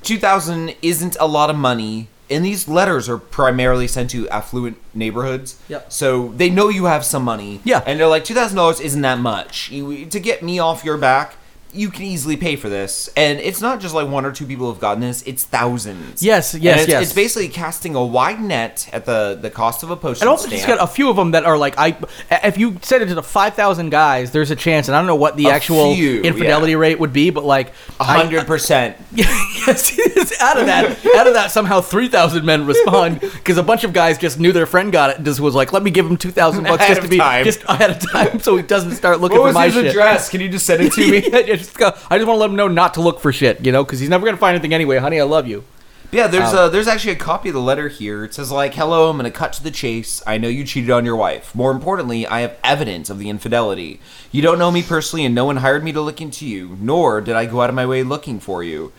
[SPEAKER 2] two thousand isn't a lot of money. And these letters are primarily sent to affluent neighborhoods.
[SPEAKER 3] Yep.
[SPEAKER 2] So they know you have some money.
[SPEAKER 3] Yeah.
[SPEAKER 2] And they're like, two thousand dollars isn't that much. You, to get me off your back, you can easily pay for this. And it's not just like one or two people have gotten this; it's thousands.
[SPEAKER 3] Yes,
[SPEAKER 2] And
[SPEAKER 3] yes,
[SPEAKER 2] it's,
[SPEAKER 3] yes.
[SPEAKER 2] It's basically casting a wide net at the the cost of a postage
[SPEAKER 3] And also,
[SPEAKER 2] stamp.
[SPEAKER 3] just got a few of them that are like, I. If you send it to the five thousand guys, there's a chance, and I don't know what the
[SPEAKER 2] A
[SPEAKER 3] actual
[SPEAKER 2] few,
[SPEAKER 3] infidelity rate would be, but like
[SPEAKER 2] a hundred percent.
[SPEAKER 3] yes, yes, out of that, out of that, somehow three thousand men respond because a bunch of guys just knew their friend got it and just was like, "Let me give him two thousand bucks
[SPEAKER 2] Ahead
[SPEAKER 3] just to
[SPEAKER 2] of
[SPEAKER 3] be
[SPEAKER 2] time.
[SPEAKER 3] just ahead of time, so he doesn't start looking
[SPEAKER 2] What
[SPEAKER 3] for
[SPEAKER 2] was
[SPEAKER 3] my
[SPEAKER 2] his
[SPEAKER 3] shit."
[SPEAKER 2] address? Can you just send it to me?
[SPEAKER 3] I just, go- I just want to let him know not to look for shit, you know, because he's never gonna find anything anyway. Honey, I love you.
[SPEAKER 2] Yeah, there's uh, there's actually a copy of the letter here. It says like, "Hello, I'm going to cut to the chase. I know you cheated on your wife. More importantly, I have evidence of the infidelity. You don't know me personally, and no one hired me to look into you. Nor did I go out of my way looking for you.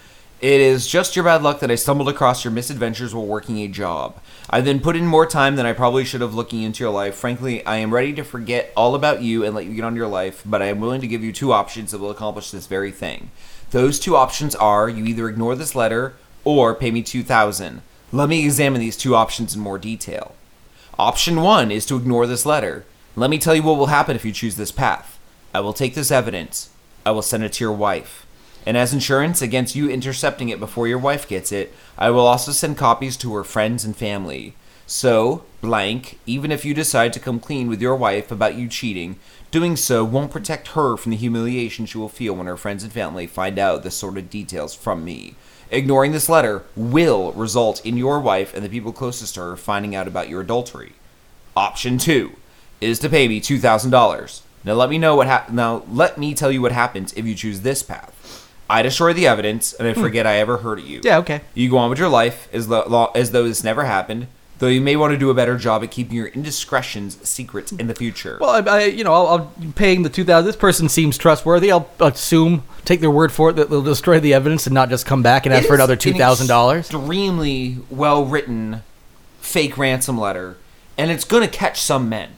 [SPEAKER 2] It is just your bad luck that I stumbled across your misadventures while working a job. I then put in more time than I probably should have looking into your life. Frankly, I am ready to forget all about you and let you get on your life, but I am willing to give you two options that will accomplish this very thing. Those two options are you either ignore this letter or pay me 2000. Let me examine these two options in more detail. Option 1 is to ignore this letter. Let me tell you what will happen if you choose this path. I will take this evidence. I will send it to your wife. And as insurance against you intercepting it before your wife gets it, I will also send copies to her friends and family. So, blank, even if you decide to come clean with your wife about you cheating, doing so won't protect her from the humiliation she will feel when her friends and family find out the sordid details from me. Ignoring this letter will result in your wife and the people closest to her finding out about your adultery. Option two is to pay me two thousand dollars. Now let me know what hap- now let me tell you what happens if you choose this path. I destroy the evidence and I forget I ever heard of you.
[SPEAKER 3] Hmm. Yeah, okay.
[SPEAKER 2] You go on with your life as, lo- lo- as though this never happened, though you may want to do a better job at keeping your indiscretions secret in the future.
[SPEAKER 3] Well, I, I you know, I'll, I'll paying the two thousand. This person seems trustworthy. I'll assume, take their word for it that they'll destroy the evidence and not just come back and ask for
[SPEAKER 2] It is
[SPEAKER 3] another
[SPEAKER 2] an
[SPEAKER 3] two thousand dollars.
[SPEAKER 2] Extremely well written fake ransom letter, and it's going to catch some men.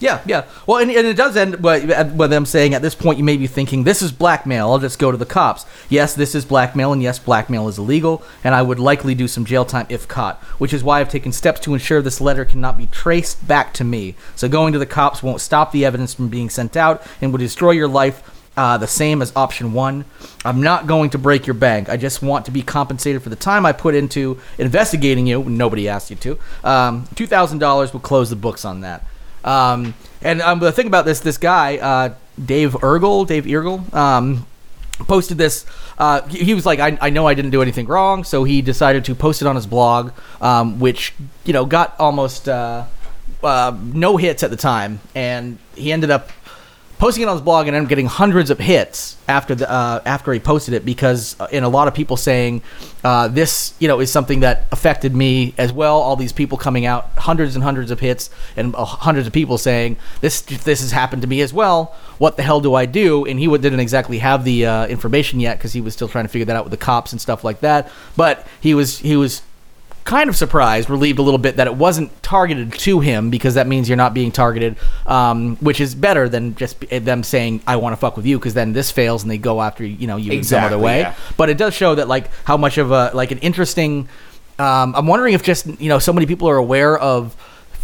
[SPEAKER 3] Yeah, yeah. Well, and, and it does end with with them saying, at this point, you may be thinking, this is blackmail. I'll just go to the cops. Yes, this is blackmail, and yes, blackmail is illegal, and I would likely do some jail time if caught, which is why I've taken steps to ensure this letter cannot be traced back to me. So going to the cops won't stop the evidence from being sent out and would destroy your life. Uh, the same as option one. I'm not going to break your bank. I just want to be compensated for the time I put into investigating you. Nobody asked you to. Um, $2,000 will close the books on that. Um, and um, the thing about this, this guy, uh, Dave Ergel, Dave Ergel, um, posted this. Uh, he, he was like, I, I know I didn't do anything wrong, so he decided to post it on his blog, um, which you know got almost uh, uh, no hits at the time, and he ended up posting it on his blog and ended up getting hundreds of hits after the uh, after he posted it because uh, and a lot of people saying uh, this you know is something that affected me as well all these people coming out hundreds and hundreds of hits and uh, hundreds of people saying this this has happened to me as well what the hell do I do and he would- didn't exactly have the uh, information yet because he was still trying to figure that out with the cops and stuff like that but he was he was kind of surprised, relieved a little bit that it wasn't targeted to him because that means you're not being targeted, um, which is better than just b- eh, them saying I want to fuck with you because then this fails and they go after you know you in some
[SPEAKER 2] Exactly,
[SPEAKER 3] other way.
[SPEAKER 2] yeah.
[SPEAKER 3] But it does show that like how much of a like an interesting. Um, I'm wondering if just you know so many people are aware of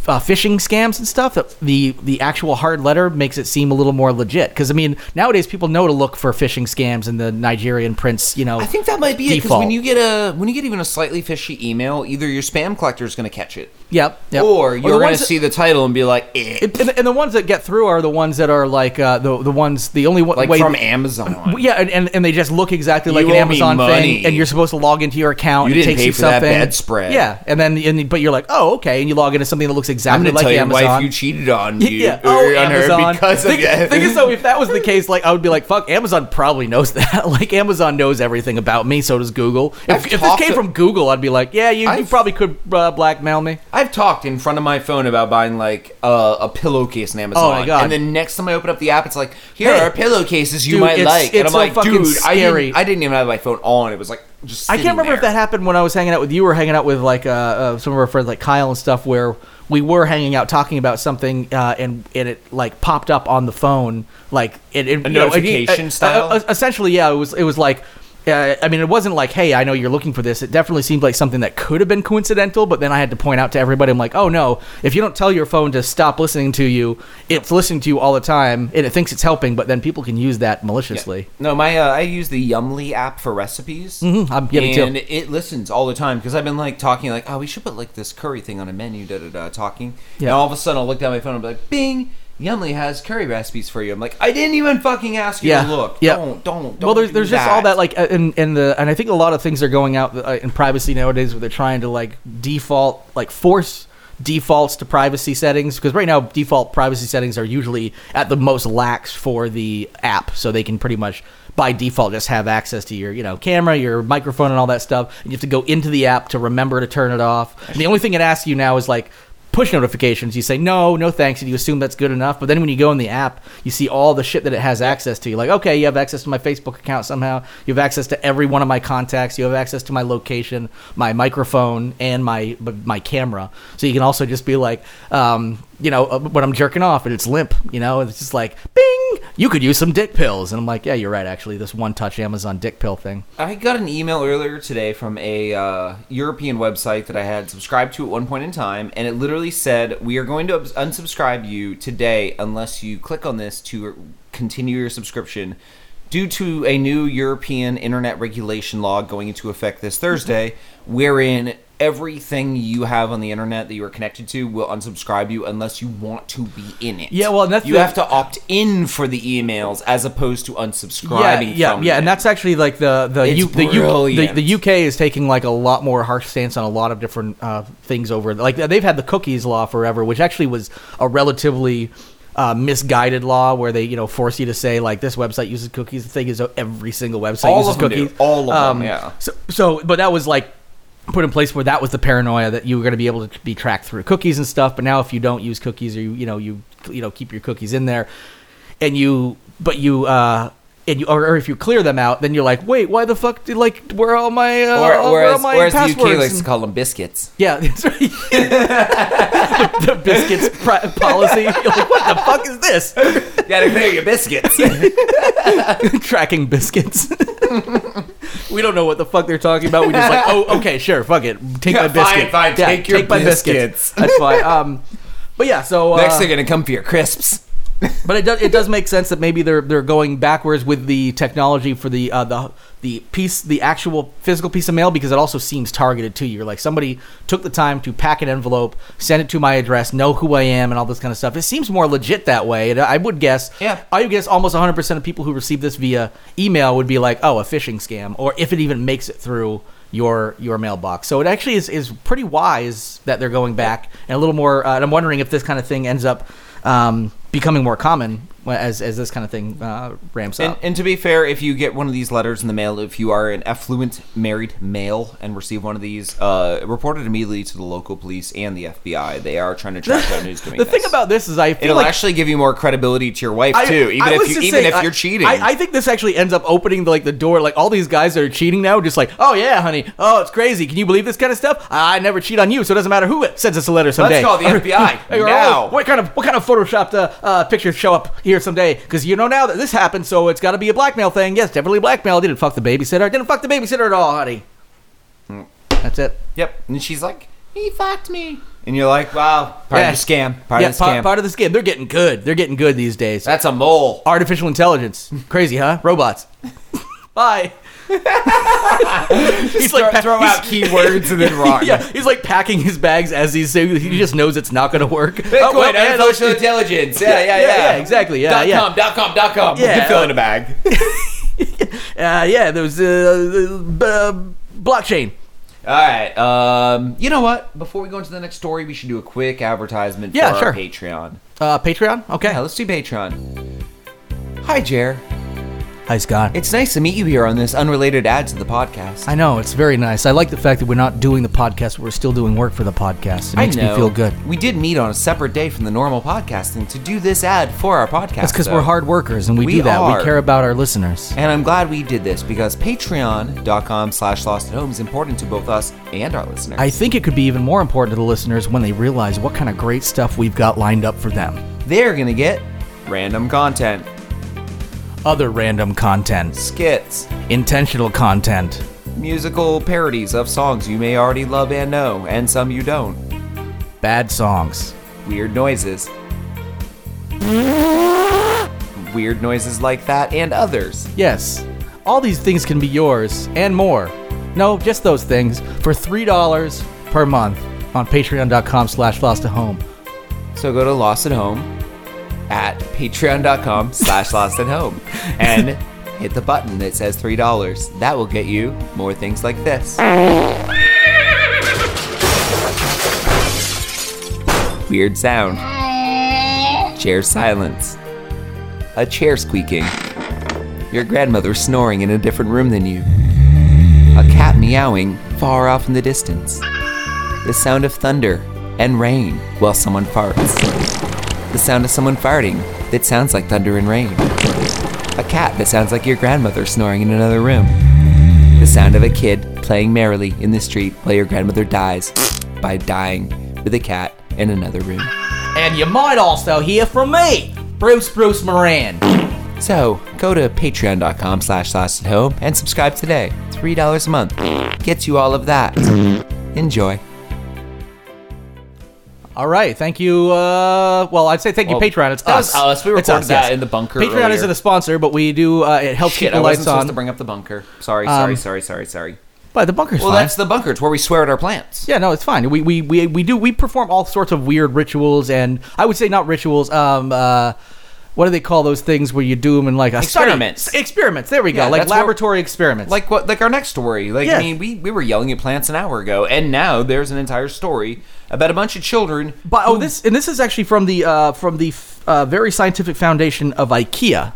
[SPEAKER 3] uh, phishing scams and stuff, that the the actual hard letter makes it seem a little more legit. Because I mean, nowadays people know to look for phishing scams in the Nigerian prince, you know.
[SPEAKER 2] I think that might be it because when
[SPEAKER 3] Default.
[SPEAKER 2] you get a when you get even a slightly fishy email, either your spam collector is going to catch it,
[SPEAKER 3] Yep. yep.
[SPEAKER 2] or
[SPEAKER 3] the
[SPEAKER 2] you're going to
[SPEAKER 3] ones that-
[SPEAKER 2] see the title and be like, eh.
[SPEAKER 3] it- and, and the ones that get through are the ones that are like uh, the the ones the only one
[SPEAKER 2] like
[SPEAKER 3] way
[SPEAKER 2] from Amazon.
[SPEAKER 3] Yeah, and, and, and they just look exactly like
[SPEAKER 2] You owe
[SPEAKER 3] an
[SPEAKER 2] me
[SPEAKER 3] Amazon
[SPEAKER 2] money.
[SPEAKER 3] thing, and you're supposed to log into your account.
[SPEAKER 2] You
[SPEAKER 3] and it
[SPEAKER 2] didn't
[SPEAKER 3] takes
[SPEAKER 2] pay
[SPEAKER 3] you
[SPEAKER 2] for that
[SPEAKER 3] something.
[SPEAKER 2] bad spread.
[SPEAKER 3] Yeah, and then and, but you're like, oh okay, and you log into something that looks
[SPEAKER 2] I'm
[SPEAKER 3] exactly
[SPEAKER 2] going to
[SPEAKER 3] like
[SPEAKER 2] tell
[SPEAKER 3] the
[SPEAKER 2] your
[SPEAKER 3] Amazon.
[SPEAKER 2] wife you cheated on you
[SPEAKER 3] yeah.
[SPEAKER 2] or
[SPEAKER 3] oh,
[SPEAKER 2] on her
[SPEAKER 3] Amazon.
[SPEAKER 2] because
[SPEAKER 3] think,
[SPEAKER 2] of that.
[SPEAKER 3] think as though if that was the case, like I would be like, "Fuck, Amazon probably knows that. like Amazon knows everything about me. So does Google.
[SPEAKER 2] I've
[SPEAKER 3] If, if this
[SPEAKER 2] talked
[SPEAKER 3] came
[SPEAKER 2] to-
[SPEAKER 3] from Google, I'd be like, "Yeah, you, you
[SPEAKER 2] I've-
[SPEAKER 3] probably could uh, blackmail me."
[SPEAKER 2] I've talked in front of my phone about buying like a a pillowcase on Amazon.
[SPEAKER 3] Oh my God.
[SPEAKER 2] And then next time I open up the app, it's like, here
[SPEAKER 3] Hey.
[SPEAKER 2] are pillowcases you
[SPEAKER 3] Dude,
[SPEAKER 2] might
[SPEAKER 3] it's-
[SPEAKER 2] like. and
[SPEAKER 3] it's
[SPEAKER 2] I'm
[SPEAKER 3] so
[SPEAKER 2] like,
[SPEAKER 3] fucking
[SPEAKER 2] dude, I
[SPEAKER 3] scary.
[SPEAKER 2] didn't, I didn't even have my phone on. It was like just.
[SPEAKER 3] I can't
[SPEAKER 2] sitting
[SPEAKER 3] remember if
[SPEAKER 2] there.
[SPEAKER 3] that happened when I was hanging out with you or hanging out with like uh, uh, some of our friends like Kyle and stuff, where we were hanging out talking about something uh, and and it like popped up on the phone, like it, it- you know, it-
[SPEAKER 2] notification
[SPEAKER 3] uh, uh,
[SPEAKER 2] style?
[SPEAKER 3] uh, essentially, yeah, it was it was like. Uh, I mean, it wasn't like, "Hey, I know you're looking for this." It definitely seemed like something that could have been coincidental, but then I had to point out to everybody, "I'm like, oh no! If you don't tell your phone to stop listening to you, it's listening to you all the time, and it thinks it's helping, but then people can use that maliciously."
[SPEAKER 2] No, my uh, I use the Yumly app for recipes. Mm-hmm.
[SPEAKER 3] I'm- yeah, me too.
[SPEAKER 2] and it listens all the time because I've been like talking like, oh, we should put like this curry thing on a menu. Da da da. Talking.
[SPEAKER 3] Yeah.
[SPEAKER 2] And all of a sudden, I'll look down my phone and be like, Bing. Yumly has curry recipes for you. I'm like, I didn't even fucking ask you
[SPEAKER 3] yeah.
[SPEAKER 2] to look.
[SPEAKER 3] Yeah.
[SPEAKER 2] Don't, don't, don't.
[SPEAKER 3] well, there's
[SPEAKER 2] do
[SPEAKER 3] there's just all that like uh, and and the and I think a lot of things are going out uh, in privacy nowadays where they're trying to like default like force defaults to privacy settings because right now default privacy settings are usually at the most lax for the app so they can pretty much by default just have access to your you know camera your microphone and all that stuff and you have to go into the app to remember to turn it off and the only thing it asks you now is like push notifications. You say no, no thanks, and you assume that's good enough. But then when you go in the app, you see all the shit that it has access to. You're like, okay, you have access to my Facebook account somehow. You have access to every one of my contacts. You have access to my location, my microphone, and my my camera. So you can also just be like, um, you know, uh, when I'm jerking off and it's limp, you know, it's just like, bing, you could use some dick pills. And I'm like, yeah, you're right. Actually, this one touch Amazon dick pill thing.
[SPEAKER 2] I got an email earlier today from a uh, European website that I had subscribed to at one point in time, and it literally said, "We are going to ups- unsubscribe you today unless you click on this to continue your subscription." Due to a new European internet regulation law going into effect
[SPEAKER 3] Mm-hmm.
[SPEAKER 2] this Thursday, wherein everything you have on the internet that you are connected to will unsubscribe you unless you want to be in it.
[SPEAKER 3] Yeah, well, that's
[SPEAKER 2] you
[SPEAKER 3] the-
[SPEAKER 2] have to opt in for the emails as opposed to unsubscribing.
[SPEAKER 3] yeah,
[SPEAKER 2] from
[SPEAKER 3] yeah,
[SPEAKER 2] them.
[SPEAKER 3] and that's actually like the the
[SPEAKER 2] It's
[SPEAKER 3] U, the, U, the
[SPEAKER 2] brilliant.
[SPEAKER 3] the UK is taking like a lot more harsh stance on a lot of different uh, things over like they've had the cookies law forever, which actually was a relatively uh, misguided law where they you know force you to say like this website uses cookies. The thing is, oh, every single website
[SPEAKER 2] All
[SPEAKER 3] uses
[SPEAKER 2] of them do.
[SPEAKER 3] cookies. Um,
[SPEAKER 2] All of them, yeah.
[SPEAKER 3] So, so, but that was like put in place where that was the paranoia that you were going to be able to be tracked through cookies and stuff. But now, if you don't use cookies, or you, you know, you, you know, keep your cookies in there, and you, but you, uh, and you, or, or if you clear them out, then you're like, wait, why the fuck did like where are all my, uh,
[SPEAKER 2] or, or
[SPEAKER 3] where are
[SPEAKER 2] as,
[SPEAKER 3] my
[SPEAKER 2] or as the
[SPEAKER 3] passwords?
[SPEAKER 2] UK likes to
[SPEAKER 3] and-
[SPEAKER 2] call them biscuits.
[SPEAKER 3] yeah, that's right. the, the biscuits pri- policy. You're like, what the fuck is this?
[SPEAKER 2] Gotta clear your biscuits.
[SPEAKER 3] tracking biscuits. we don't know what the fuck they're talking about. We just like, oh, okay, sure, fuck it, take
[SPEAKER 2] Yeah,
[SPEAKER 3] my biscuit.
[SPEAKER 2] fine, fine, take your biscuits.
[SPEAKER 3] That's fine. Um, but yeah, so uh,
[SPEAKER 2] Next, they're gonna come for your crisps.
[SPEAKER 3] but it does it does make sense that maybe they're they're going backwards with the technology for the uh, the the piece the actual physical piece of mail because it also seems targeted to you. You're like somebody took the time to pack an envelope, send it to my address, know who I am, and all this kind of stuff. It seems more legit that way. And I would guess,
[SPEAKER 2] Yeah.
[SPEAKER 3] I would guess almost 100 percent of people who receive this via email would be like, oh, a phishing scam, or if it even makes it through your your mailbox. So it actually is is pretty wise that they're going back and a little more. Uh, and I'm wondering if this kind of thing ends up um, becoming more common as as this kind of thing uh, ramps
[SPEAKER 2] And,
[SPEAKER 3] up.
[SPEAKER 2] and to be fair, if you get one of these letters in the mail, if you are an affluent married male and receive one of these, uh, report it immediately to the local police and the FBI. They are trying to track down who's doing
[SPEAKER 3] the
[SPEAKER 2] this.
[SPEAKER 3] thing about this is I feel
[SPEAKER 2] it'll
[SPEAKER 3] like
[SPEAKER 2] actually give you more credibility to your wife
[SPEAKER 3] I-
[SPEAKER 2] too, even
[SPEAKER 3] I
[SPEAKER 2] if
[SPEAKER 3] was
[SPEAKER 2] you,
[SPEAKER 3] just
[SPEAKER 2] even
[SPEAKER 3] saying,
[SPEAKER 2] if
[SPEAKER 3] I-
[SPEAKER 2] you're cheating.
[SPEAKER 3] I, I think this actually ends up opening like the door. Like all these guys that are cheating now, just like, oh yeah, honey, oh it's crazy. Can you believe this kind of stuff? I never cheat on you, so it doesn't matter who sends us a letter someday.
[SPEAKER 2] call the FBI
[SPEAKER 3] Or, "Oh,
[SPEAKER 2] now."
[SPEAKER 3] What kind of what kind of photoshopped uh, uh, pictures show up here someday? Because you know now that this happened, so it's got to be a blackmail thing. Yes, definitely blackmail. I didn't fuck the babysitter. I didn't fuck the
[SPEAKER 2] Hmm.
[SPEAKER 3] babysitter at all, honey. That's it.
[SPEAKER 2] yep, and she's like, "He fucked me." and you're like, wow, part of the scam, part
[SPEAKER 3] yeah,
[SPEAKER 2] of the
[SPEAKER 3] pa-
[SPEAKER 2] scam.
[SPEAKER 3] part of the scam. They're getting good. They're getting good these days.
[SPEAKER 2] That's a mole.
[SPEAKER 3] Artificial intelligence. Crazy, huh? Robots. Bye. he's
[SPEAKER 2] Throw,
[SPEAKER 3] pa-
[SPEAKER 2] throw out
[SPEAKER 3] he's-
[SPEAKER 2] keywords and then rock.
[SPEAKER 3] Yeah, he's like packing his bags as he's saying. He just knows it's not going to work.
[SPEAKER 2] Bitcoin,
[SPEAKER 3] Oh, well, man,
[SPEAKER 2] artificial intelligence. Yeah, yeah, yeah.
[SPEAKER 3] yeah, yeah, exactly. Yeah,
[SPEAKER 2] dot
[SPEAKER 3] yeah.
[SPEAKER 2] com, dot com, dot com.
[SPEAKER 3] Yeah.
[SPEAKER 2] You fill in a bag.
[SPEAKER 3] uh, yeah, there was uh, b- uh, blockchain.
[SPEAKER 2] All right. Um, you know what? Before we go into the next story, we should do a quick advertisement
[SPEAKER 3] Yeah,
[SPEAKER 2] for
[SPEAKER 3] sure.
[SPEAKER 2] our Patreon.
[SPEAKER 3] Uh, Patreon. Okay.
[SPEAKER 2] Yeah, let's do Patreon. Hi, Jer.
[SPEAKER 3] Hi, Scott.
[SPEAKER 2] It's nice to meet you here on this unrelated ad to the podcast.
[SPEAKER 3] I know it's very nice. I like the fact that we're not doing the podcast; but we're still doing work for the podcast. It
[SPEAKER 2] I
[SPEAKER 3] makes me feel good.
[SPEAKER 2] We did meet on a separate day from the normal podcasting to do this ad for our podcast.
[SPEAKER 3] That's because
[SPEAKER 2] though.
[SPEAKER 3] we're hard workers and we,
[SPEAKER 2] We
[SPEAKER 3] do that.
[SPEAKER 2] are.
[SPEAKER 3] We care about our listeners.
[SPEAKER 2] And I'm glad we did this because patreon.com slash lost at home is important to both us and our listeners.
[SPEAKER 3] I think it could be even more important to the listeners when they realize what kind of great stuff we've got lined up for them.
[SPEAKER 2] They're going to get random content,
[SPEAKER 3] Other random content,
[SPEAKER 2] skits,
[SPEAKER 3] intentional content,
[SPEAKER 2] musical parodies of songs you may already love and know, and some you don't,
[SPEAKER 3] bad songs.
[SPEAKER 2] weird noises, weird noises like that, and others.
[SPEAKER 3] Yes, all these things can be yours and more. No, just those things for three dollars per month on Patreon.com/slash Lost to Home.
[SPEAKER 2] So go to Lost at Home at patreon.com slash lost at home and hit the button that says $3. That will get you more things like this. Weird sound. Chair silence. A chair squeaking. Your grandmother snoring in a different room than you. A cat meowing far off in the distance the sound of thunder and rain while someone farts, the sound of someone farting that sounds like thunder and rain, a cat that sounds like your grandmother snoring in another room, the sound of a kid playing merrily in the street while your grandmother dies by dying with a cat in another room.
[SPEAKER 3] And you might also hear from me, Bruce Bruce Moran.
[SPEAKER 2] So go to patreon.com slash lost at home and subscribe today. $3 a month gets you all of that. Enjoy.
[SPEAKER 3] All right, thank you. Uh, well, I'd say thank you,
[SPEAKER 2] Well,
[SPEAKER 3] Patreon. It's
[SPEAKER 2] that
[SPEAKER 3] us.
[SPEAKER 2] was us. We
[SPEAKER 3] It's
[SPEAKER 2] recorded that
[SPEAKER 3] yes.
[SPEAKER 2] in the bunker
[SPEAKER 3] Patreon
[SPEAKER 2] earlier.
[SPEAKER 3] isn't a sponsor, but we do. Uh, it helps keep
[SPEAKER 2] Shit,
[SPEAKER 3] the
[SPEAKER 2] I wasn't
[SPEAKER 3] lights
[SPEAKER 2] supposed
[SPEAKER 3] on.
[SPEAKER 2] to bring up the bunker. Sorry,
[SPEAKER 3] Um,
[SPEAKER 2] sorry, sorry, sorry, sorry.
[SPEAKER 3] but the bunker's
[SPEAKER 2] Well,
[SPEAKER 3] fine.
[SPEAKER 2] that's the bunker. It's where we swear at our plants.
[SPEAKER 3] yeah, no, it's fine. We, we we we do we perform all sorts of weird rituals, and I would say not rituals. Um, uh, what do they call those things where you do them in like a study-
[SPEAKER 2] Experiments.
[SPEAKER 3] Experiments. There we go.
[SPEAKER 2] Yeah,
[SPEAKER 3] like
[SPEAKER 2] that's what-
[SPEAKER 3] laboratory experiments.
[SPEAKER 2] Like what? Like our next story. Like
[SPEAKER 3] Yeah.
[SPEAKER 2] I mean, we, we were yelling at plants an hour ago, and now there's an entire story about a bunch of children.
[SPEAKER 3] But oh, this and this is actually from the uh, from the f- uh, very scientific foundation of IKEA.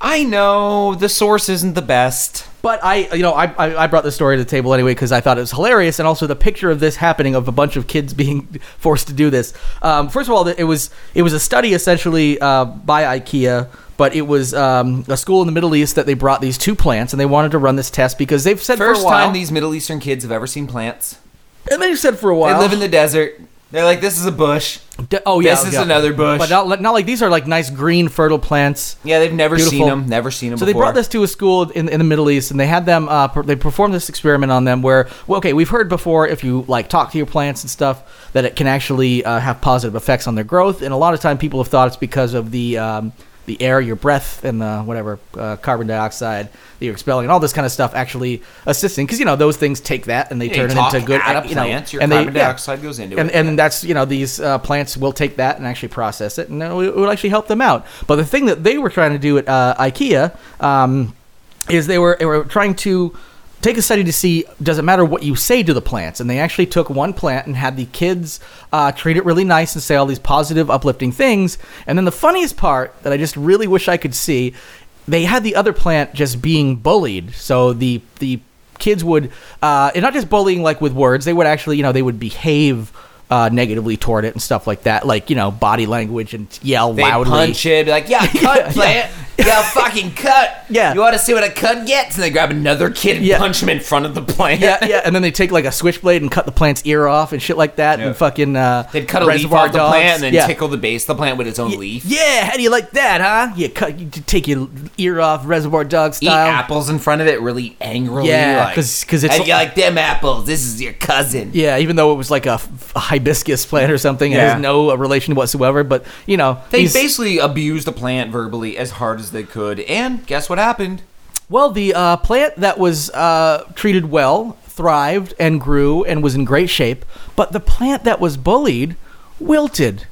[SPEAKER 2] I know the source isn't the best.
[SPEAKER 3] But I, you know, I, I, I brought this story to the table anyway because I thought it was hilarious, and also the picture of this happening of a bunch of kids being forced to do this. Um, first of all, it was it was a study essentially uh, by IKEA, but it was um, a school in the Middle East that they brought these two plants, and they wanted to run this test because they've said
[SPEAKER 2] First
[SPEAKER 3] for a while,
[SPEAKER 2] time these Middle Eastern kids have ever seen plants.
[SPEAKER 3] and they've said for a
[SPEAKER 2] They
[SPEAKER 3] while
[SPEAKER 2] live in the desert. They're like, this is a bush.
[SPEAKER 3] D- oh yeah,
[SPEAKER 2] this is
[SPEAKER 3] yeah.
[SPEAKER 2] another bush.
[SPEAKER 3] but not, not like these are like nice green fertile plants.
[SPEAKER 2] yeah, they've never
[SPEAKER 3] Beautiful.
[SPEAKER 2] seen them. Never seen them.
[SPEAKER 3] So they
[SPEAKER 2] before.
[SPEAKER 3] brought this to a school in, in the Middle East, and they had them. Uh, per, they performed this experiment on them, where well, okay, we've heard before if you like talk to your plants and stuff that it can actually uh, have positive effects on their growth, and a lot of time people have thought it's because of the um, the air, your breath, and the whatever uh, carbon dioxide that you're expelling, and all this kind of stuff actually assisting because you know those things take that and they
[SPEAKER 2] Yeah, you
[SPEAKER 3] turn it
[SPEAKER 2] talk
[SPEAKER 3] into good.
[SPEAKER 2] at a
[SPEAKER 3] you know,
[SPEAKER 2] plant, your
[SPEAKER 3] and they-
[SPEAKER 2] carbon
[SPEAKER 3] yeah.
[SPEAKER 2] dioxide goes into
[SPEAKER 3] and,
[SPEAKER 2] it.
[SPEAKER 3] and that's you know these uh, plants will take that and actually process it, and it will it will actually help them out. But the thing that they were trying to do at uh, IKEA um, is they were they were trying to take a study to see does it matter what you say to the plants, and they actually took one plant and had the kids uh, treat it really nice and say all these positive, uplifting things. And then the funniest part that I just really wish I could see, they had the other plant just being bullied. So the the kids would uh, and not just bullying like with words they would actually you know they would behave uh, negatively toward it and stuff like that like you know body language and yell
[SPEAKER 2] They
[SPEAKER 3] loudly
[SPEAKER 2] punch it. Be like, yeah, cut
[SPEAKER 3] Yeah,
[SPEAKER 2] plant. Yeah, fucking cut.
[SPEAKER 3] Yeah.
[SPEAKER 2] You ought to see what a cud gets. And they grab another kid and
[SPEAKER 3] Yeah.
[SPEAKER 2] punch him in front of the plant.
[SPEAKER 3] yeah, yeah, and then they take like a switchblade and cut the plant's ear off and shit like that,
[SPEAKER 2] Yeah.
[SPEAKER 3] and fucking uh,
[SPEAKER 2] They'd cut a leaf
[SPEAKER 3] Reservoir
[SPEAKER 2] off the
[SPEAKER 3] Dogs.
[SPEAKER 2] plant and then
[SPEAKER 3] yeah.
[SPEAKER 2] tickle the base of the plant with its own leaf.
[SPEAKER 3] Yeah, how do you like that, huh? You cut, you take your ear off, Reservoir Dog
[SPEAKER 2] Eat
[SPEAKER 3] style.
[SPEAKER 2] apples in front of it really angrily.
[SPEAKER 3] Yeah,
[SPEAKER 2] like,
[SPEAKER 3] 'cause- 'cause it's-
[SPEAKER 2] "Hey, you like them apples. This is your cousin.
[SPEAKER 3] Yeah, even though it was like a, f- a hibiscus plant or something, it
[SPEAKER 2] Yeah.
[SPEAKER 3] has no uh, relation whatsoever. But you know,
[SPEAKER 2] They
[SPEAKER 3] he's-
[SPEAKER 2] basically abused the plant verbally as hard as they could. And guess what happened?
[SPEAKER 3] well, the uh, plant that was uh, treated well thrived and grew and was in great shape, but the plant that was bullied wilted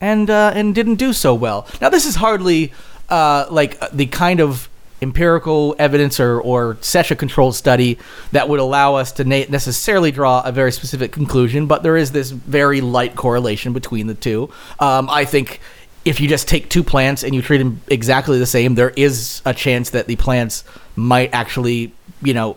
[SPEAKER 3] and uh, and didn't do so well. Now, this is hardly uh, like uh, the kind of empirical evidence or, or session control study that would allow us to na- necessarily draw a very specific conclusion, but there is this very light correlation between the two. Um, I think if you just take two plants and you treat them exactly the same, there is a chance that the plants might actually, you know,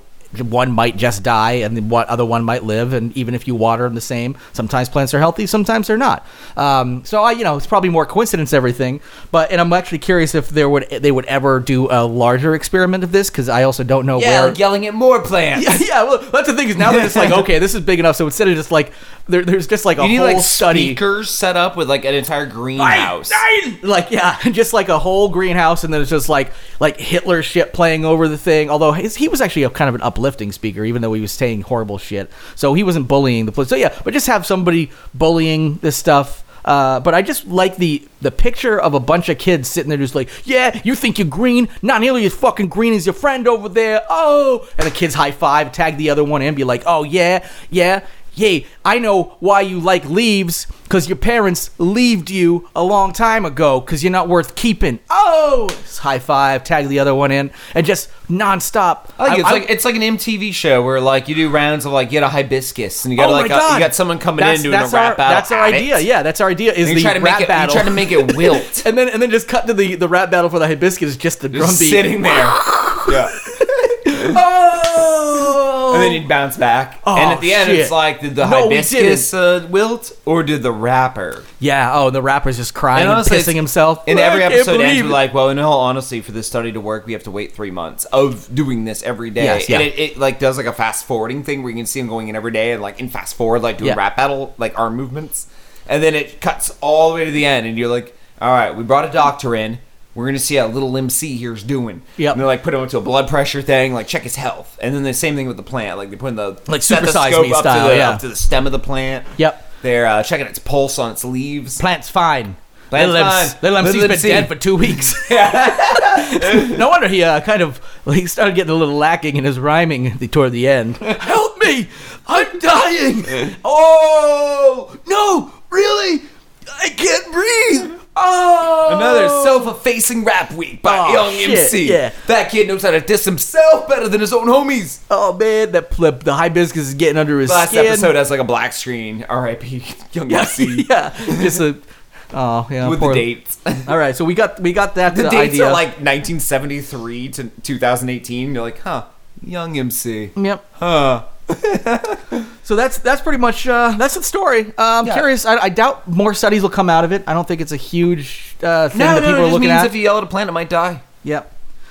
[SPEAKER 3] one might just die and the one other one might live. And even if you water them the same, sometimes plants are healthy, sometimes they're not. Um, so I, you know, it's probably more coincidence everything. But and I'm actually curious if there would they would ever do a larger experiment of this because I also don't know
[SPEAKER 2] Yeah,
[SPEAKER 3] where.
[SPEAKER 2] like yelling at more plants.
[SPEAKER 3] yeah, yeah, well, that's the thing is now they're just like, okay, this is big enough. So instead of just like, there, there's just like a
[SPEAKER 2] You need
[SPEAKER 3] whole
[SPEAKER 2] like
[SPEAKER 3] study.
[SPEAKER 2] speakers set up with like an entire greenhouse.
[SPEAKER 3] like yeah just like a whole greenhouse and then it's just like like hitler shit playing over the thing although his, he was actually a kind of an uplifting speaker even though he was saying horrible shit so he wasn't bullying the police so yeah but just have somebody bullying this stuff uh, but I just like the the picture of a bunch of kids sitting there just like, yeah, you think you're green? Not nearly as fucking green as your friend over there. Oh, and the kids high five, tag the other one, and be like, oh yeah, yeah, Yay, I know why you like leaves, because your parents leaved you a long time ago, because you're not worth keeping. Oh! Just high five, tag the other one in, and just nonstop.
[SPEAKER 2] I like it. it's
[SPEAKER 3] I-
[SPEAKER 2] like it's like an MTV show where like you do rounds of like you get a hibiscus and you got
[SPEAKER 3] oh my
[SPEAKER 2] like a,
[SPEAKER 3] God.
[SPEAKER 2] you got someone coming
[SPEAKER 3] That's-
[SPEAKER 2] in doing
[SPEAKER 3] that's
[SPEAKER 2] a rap
[SPEAKER 3] our,
[SPEAKER 2] battle.
[SPEAKER 3] That's our
[SPEAKER 2] at it.
[SPEAKER 3] idea, yeah, that's our idea, is
[SPEAKER 2] And you
[SPEAKER 3] the
[SPEAKER 2] try to make
[SPEAKER 3] rap
[SPEAKER 2] it.
[SPEAKER 3] battle.
[SPEAKER 2] You try to make it wilt.
[SPEAKER 3] and then, and then just cut to the, the rap battle for the hibiscus, is just the drum
[SPEAKER 2] Just
[SPEAKER 3] beat.
[SPEAKER 2] sitting there. yeah.
[SPEAKER 3] Oh!
[SPEAKER 2] And then you'd bounce back. and at the end,
[SPEAKER 3] shit.
[SPEAKER 2] it's like, did the
[SPEAKER 3] No, we
[SPEAKER 2] hibiscus uh, wilt or did the rapper?
[SPEAKER 3] yeah, oh, and the rapper's just crying
[SPEAKER 2] And
[SPEAKER 3] and,
[SPEAKER 2] honestly,
[SPEAKER 3] pissing
[SPEAKER 2] it's-
[SPEAKER 3] himself.
[SPEAKER 2] In
[SPEAKER 3] I
[SPEAKER 2] every
[SPEAKER 3] can't
[SPEAKER 2] episode, ends
[SPEAKER 3] believe
[SPEAKER 2] with
[SPEAKER 3] it.
[SPEAKER 2] like, well, in all honesty, for this study to work, we have to wait three months of doing this every day.
[SPEAKER 3] Yes, yeah.
[SPEAKER 2] And it, it like does like a fast forwarding thing where you can see them going in every day and like in fast forward, like doing
[SPEAKER 3] Yeah.
[SPEAKER 2] rap battle, like arm movements. And then it cuts all the way to the end, and you're like, all right, we brought a doctor in. We're gonna see how little MC here's doing.
[SPEAKER 3] Yep.
[SPEAKER 2] And they like put him into a blood pressure thing, like check his health. And then the same thing with the plant, like they put in the
[SPEAKER 3] Like
[SPEAKER 2] stethoscope
[SPEAKER 3] Super Size Me
[SPEAKER 2] up
[SPEAKER 3] style,
[SPEAKER 2] to the,
[SPEAKER 3] yeah.
[SPEAKER 2] up to the stem of the plant.
[SPEAKER 3] Yep.
[SPEAKER 2] They're uh, checking its pulse on its leaves.
[SPEAKER 3] Plant's fine.
[SPEAKER 2] Plant's
[SPEAKER 3] little
[SPEAKER 2] fine.
[SPEAKER 3] MC, little MC's
[SPEAKER 2] Little
[SPEAKER 3] been
[SPEAKER 2] MC.
[SPEAKER 3] dead for two weeks. no wonder he uh, kind of he started getting a little lacking in his rhyming at the, toward the end. Help me! I'm dying! oh no! Really? I can't breathe! Oh!
[SPEAKER 2] Another self-effacing rap week by
[SPEAKER 3] Oh,
[SPEAKER 2] Young
[SPEAKER 3] shit,
[SPEAKER 2] MC.
[SPEAKER 3] yeah.
[SPEAKER 2] That kid knows how to diss himself better than his own homies.
[SPEAKER 3] Oh man, that plip, the hibiscus is getting under his
[SPEAKER 2] Last
[SPEAKER 3] skin.
[SPEAKER 2] episode has like a black screen. R.I.P. Young
[SPEAKER 3] yeah,
[SPEAKER 2] MC
[SPEAKER 3] yeah, just a oh yeah.
[SPEAKER 2] with
[SPEAKER 3] poor-
[SPEAKER 2] the dates. The,
[SPEAKER 3] All right, so we got we got that uh,
[SPEAKER 2] dates
[SPEAKER 3] idea.
[SPEAKER 2] are like 1973 to 2018. You're like, huh? Young MC.
[SPEAKER 3] yep.
[SPEAKER 2] Huh.
[SPEAKER 3] So that's that's pretty much uh, that's the story. Uh, I'm
[SPEAKER 2] Yeah.
[SPEAKER 3] curious. I, I doubt more studies will come out of it. I don't think it's a huge uh, thing
[SPEAKER 2] No,
[SPEAKER 3] that
[SPEAKER 2] no,
[SPEAKER 3] people
[SPEAKER 2] it
[SPEAKER 3] are
[SPEAKER 2] just
[SPEAKER 3] looking
[SPEAKER 2] means
[SPEAKER 3] at.
[SPEAKER 2] if you yell at a plant, it might die.
[SPEAKER 3] yeah.